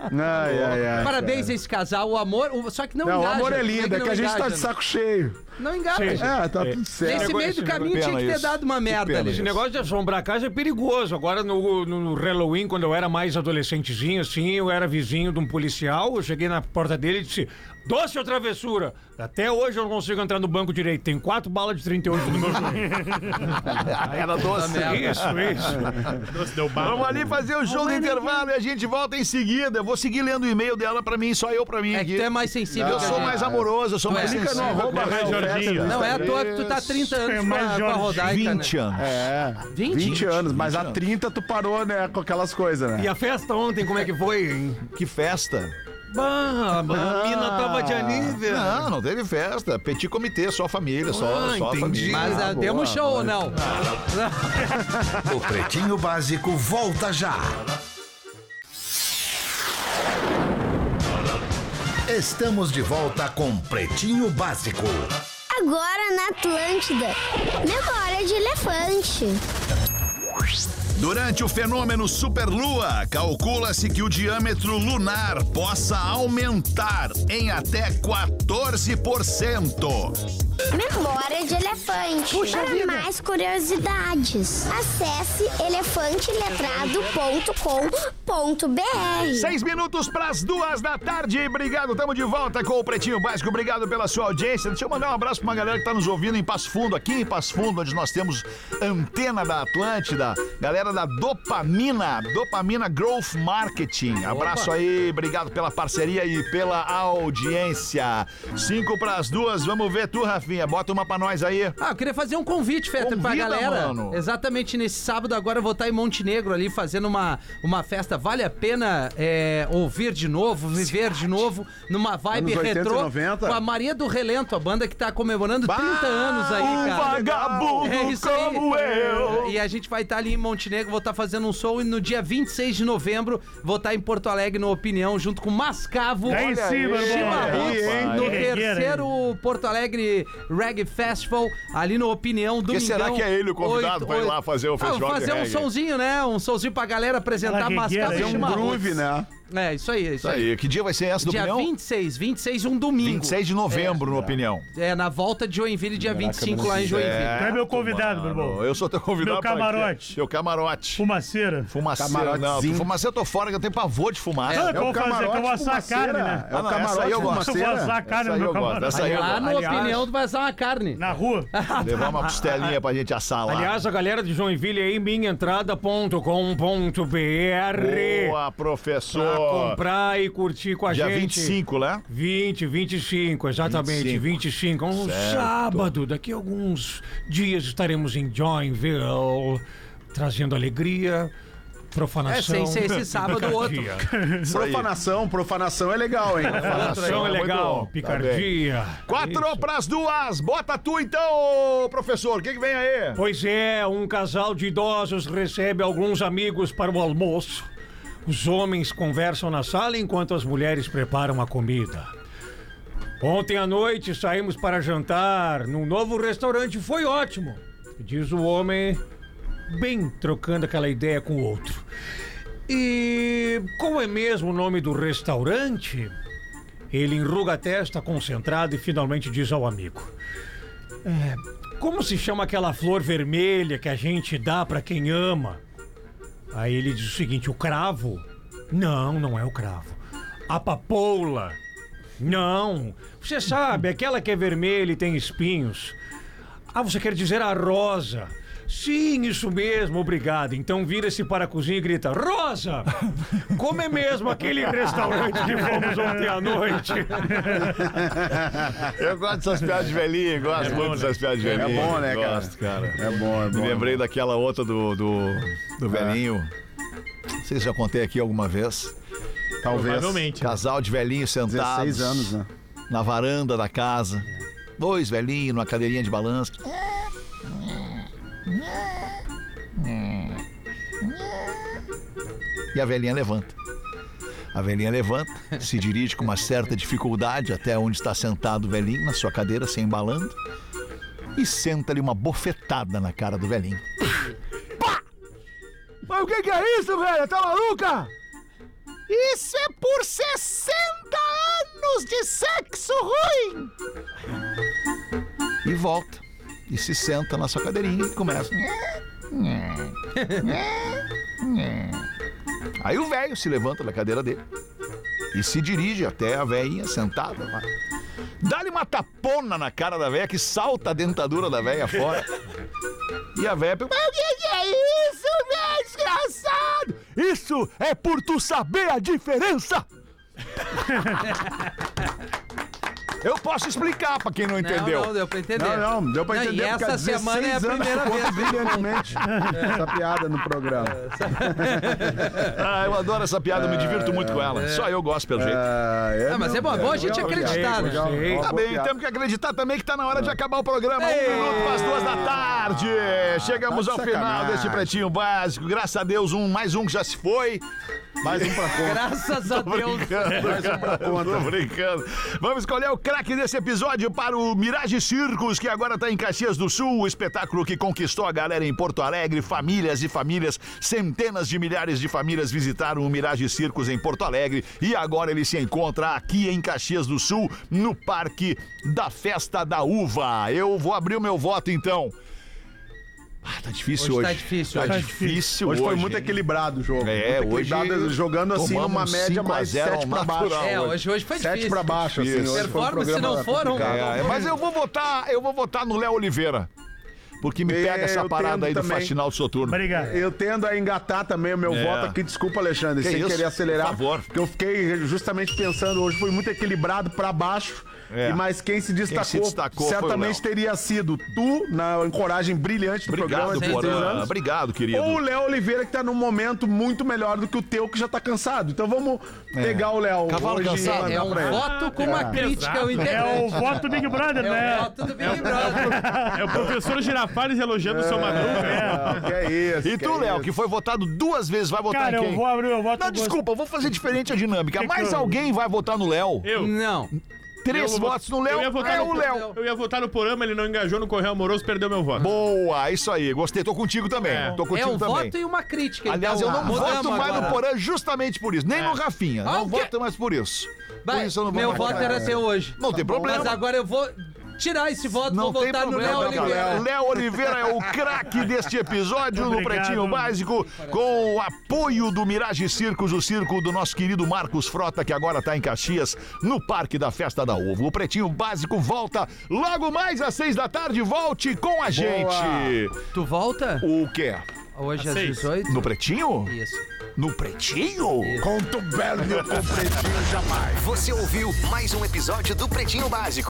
Ai, ai, ai. Parabéns a esse casal, o amor. o- Só que não, Não, o engaja. amor é Como lindo, é não né? que a gente tá engaja? de saco cheio. Não engaja. É, tá tudo certo. Nesse meio do caminho tinha que ter isso. dado uma merda ali. Esse negócio de assombrar a casa é perigoso. Agora, no, no, no Halloween, quando eu era mais adolescentezinho, assim, eu era vizinho de um policial, eu cheguei na porta dele e disse, doce ou travessura? Até hoje eu não consigo entrar no banco direito, tem quatro balas de 38 no meu joelho. Era doce. isso, isso. Doce, deu bala. Vamos ali fazer o show do intervalo e a gente volta em seguida. Eu vou seguir lendo o e-mail dela pra mim, só eu pra mim É que aqui. tu é mais sensível Eu que a sou gente. é assim, mais amoroso, eu sou mais Clica no sensível. arroba Rafael Raio Festa Jorginho. do Não, é à toa que tu tá 30 É anos com mais a, com a Jorginho. Rodaica, 20 né? anos. É, 20? 20, anos, mas 20 a anos. 30 tu parou, né, com aquelas coisas, né? E a festa ontem, como é que foi, hein? Que festa. Bah, Ah, a mina tava de anível. né? Não, não teve festa. Petit comitê, só família, só, Ah, só entendi. família. Mas ah, temos show ou não? O Pretinho Básico volta já. Estamos de volta com Pretinho Básico. Agora na Atlântida. Memória de elefante. Durante o fenômeno superlua, calcula-se que o diâmetro lunar possa aumentar em até 14%. Memória de elefante. Para mais curiosidades, acesse elefanteletrado.com.br. Seis minutos pras duas da tarde. Obrigado, tamo de volta com o Pretinho Básico. Obrigado pela sua audiência. Deixa eu mandar um abraço pra uma galera que tá nos ouvindo em Passo Fundo, aqui em Passo Fundo, onde nós temos antena da Atlântida. Galera da Dopamina, Dopamina Growth Marketing. Abraço aí, obrigado pela parceria e pela audiência. Cinco pras duas, vamos ver tu, Rafinha. Bota uma pra nós aí. Ah, eu queria fazer um convite, Feta, pra Convida, galera. mano. Exatamente nesse sábado, agora eu vou estar em Montenegro ali fazendo uma, uma festa. Vale a pena é, ouvir de novo, viver de novo, numa vibe Anos 80 e retrô 90. com a Maria do Relento, a banda que tá comemorando 30 anos aí, Um cara. vagabundo É isso aí. como eu. E a gente vai estar ali em Montenegro, vou estar fazendo um show e no dia 26 de novembro vou estar em Porto Alegre no Opinião junto com Mascavo. É Lá em Olha cima, aí, irmão. Chimarruts, Aí, hein? no Guerreiro, terceiro Porto Alegre Reggae Festival, ali no Opinião, que domingão. será que é ele o convidado pra ir lá fazer o festival Ah, de fazer um reggae? sonzinho, né? Um sonzinho pra galera apresentar Aquela Mascavo guerreira, e hein? Um Chimarruts. groove, né? É, isso aí, é isso Isso aí. aí, que dia vai ser essa do Dia opinião? 26, 26, um domingo. 26 de novembro, no opinião. É, na volta de Joinville, dia 25, lá em Joinville. Tu é meu convidado, meu Mano, irmão. Eu sou teu convidado. Meu pra quê? camarote. Meu camarote. Fumaceira. Fumaceira, Camarotezinho. não. Fumaceira eu tô fora, que eu tenho pavor de fumaça. é Sabe o que eu vou fazer? Que eu vou assar a carne, né? É o Ah, não, essa aí eu camarote gosto. de Eu vou fumaceira. assar a carne Essa no aí eu meu gosto, essa aí camarote. eu Lá no Aliás- Opinião, tu vai assar uma carne. Na rua. Levar uma costelinha pra gente assar lá. Aliás, a galera de Joinville aí, minhaentrada.com.br Boa, pra professor. comprar e curtir com a Dia gente. 25, né? 20, 25, exatamente, 25. Um sábado, daqui a alguns dias estaremos em Joinville, trazendo É, alegria, sem profanação. ser esse sábado ou outro. Picardia. Profanação, profanação é legal, hein? Profanação é Muito legal, bom. Tá picardia. Quatro pras duas. Bota tu então, professor. O que, que vem aí? Pois é, um casal de idosos recebe alguns amigos para o almoço. Os homens conversam na sala enquanto as mulheres preparam a comida. Ontem à noite saímos para jantar num novo restaurante, foi ótimo, diz o homem bem trocando aquela ideia com o outro. E como é mesmo o nome do restaurante? Ele enruga a testa, concentrado, e finalmente diz ao amigo: "É, Como se chama aquela flor vermelha que a gente dá pra quem ama? Aí ele diz o seguinte: O cravo? Não, não é o cravo. A papoula? Não. Você sabe, aquela que é vermelha e tem espinhos. Ah, você quer dizer a Rosa? Sim, isso mesmo, obrigado. Então vira-se para a cozinha e grita: Rosa! Como é mesmo aquele restaurante que fomos ontem à noite? Eu gosto dessas piadas de velhinho, gosto muito dessas piadas de velhinho. bom, né, cara? Gosto, É cara. É bom, é bom. Me lembrei daquela outra do, do, do velhinho. Não sei se já contei aqui alguma vez. Talvez. Provavelmente. Casal de velhinhos sentados 16 anos, né? na varanda da casa. Dois velhinhos numa cadeirinha de balanço. E a velhinha levanta. A velhinha levanta, se dirige com uma certa dificuldade até onde está sentado o velhinho, na sua cadeira, se embalando, e senta-lhe uma bofetada na cara do velhinho. Mas o que, que é isso, velho? Tá maluca? Isso é por 60 anos de sexo ruim! E volta. E se senta na sua cadeirinha e começa. Aí o velho se levanta da cadeira dele e se dirige até a velhinha sentada lá. Dá-lhe uma tapona na cara da velha que salta a dentadura da velha fora. E a velha pergunta: Mas o que que é isso, meu desgraçado? Isso é por tu saber a diferença! Eu posso explicar pra quem não entendeu. Não, não, deu pra entender. Não, não, deu pra Não, entender. E porque há essa semana é a 16 anos primeira tu conta vez. brilhantemente essa piada no programa. Ah, eu adoro essa piada, eu me divirto muito com ela. Só eu gosto, pelo jeito. Ah, é, Ah, mas é bom, é bom a gente acreditar, né? legal, legal, Tá boa bem, piada. É. temos que acreditar também que tá na hora de acabar o programa. Um minuto para as duas da tarde. Chegamos tá ao de final sacanagem. deste pretinho básico. Graças a Deus, um mais um que já se foi. Mais um pra conta. Graças a Deus. É. um Eu Tô brincando. Vamos escolher o craque desse episódio para o Mirage Circos, que agora está em Caxias do Sul, o espetáculo que conquistou a galera em Porto Alegre, famílias e famílias, centenas de milhares de famílias visitaram o Mirage Circos em Porto Alegre e agora ele se encontra aqui em Caxias do Sul, no Parque da Festa da Uva. Eu vou abrir o meu voto então. Ah, tá difícil Hoje hoje. tá difícil, Tá hoje. difícil Hoje foi muito hein? equilibrado o jogo. É, Muito hoje equilibrado, Jogando assim tomamos numa um 5 média a mais 0 7 pra ao baixo. natural. É, hoje, hoje foi difícil. 7 pra baixo, assim. Difícil. hoje foi um Performance programa não foram. complicado. É, mas eu vou votar, eu vou votar no Léo Oliveira. Porque me É, Eu pega essa parada tento aí do também. Faxinal Soturno. Obrigado. Eu tendo a engatar também o meu É. voto aqui. Desculpa, Alexandre, Que sem isso? querer acelerar. Por favor. Porque eu fiquei justamente pensando, hoje foi muito equilibrado pra baixo. É. E mas quem se destacou, se destacou foi o certamente Léo. teria sido tu, na encoragem brilhante do Obrigado, programa de 16 Porã. anos. Obrigado, querido. Ou o Léo Oliveira, que tá num momento muito melhor do que o teu, que já tá cansado. Então vamos pegar o Léo. Cavalo hoje e cansado. mandar É, é um pra ele. voto com uma crítica ao É o integrante. voto do Big um, Brother, É né? o voto do Big Brother. É o professor Girafales elogiando o É. seu Madruga. Ah, que é isso. E que tu, é Léo, isso. que foi votado duas vezes, vai votar Cara, em quem? eu vou abrir o voto. Não, eu gosto- desculpa, eu vou fazer diferente a dinâmica. Que Mais que eu- alguém vai votar no Léo. Eu. Não. Três eu vou- votos no Léo, eu ia um votar é no- o Léo. Léo. Eu ia votar no Porama, ele não engajou no Correio Amoroso, perdeu meu voto. Boa, isso aí. Gostei, tô contigo também. É. Tô É contigo um também. voto e uma crítica. Aliás, eu então. não Mudamos voto mais no agora. Porã justamente por isso. Nem no Rafinha. Ah, Não o quê? voto mais por isso. por Vai, isso eu não vou meu mais voto votar. era teu hoje. Não tem problema. Mas agora eu vou tirar esse voto, Não vou tem votar no problema, Léo galera. Oliveira. Léo Oliveira é o craque deste episódio no Obrigado. Pretinho Básico, com o apoio do Mirage Circos, o circo do nosso querido Marcos Frota, que agora está em Caxias, no Parque da Festa da Ovo. O Pretinho Básico volta logo mais às seis da tarde. Volte com a gente. Tu volta? O quê? Hoje às Seis. 18? No Pretinho? Isso. No Pretinho? Conto belo, meu compreendinho jamais. Você ouviu mais um episódio do Pretinho Básico.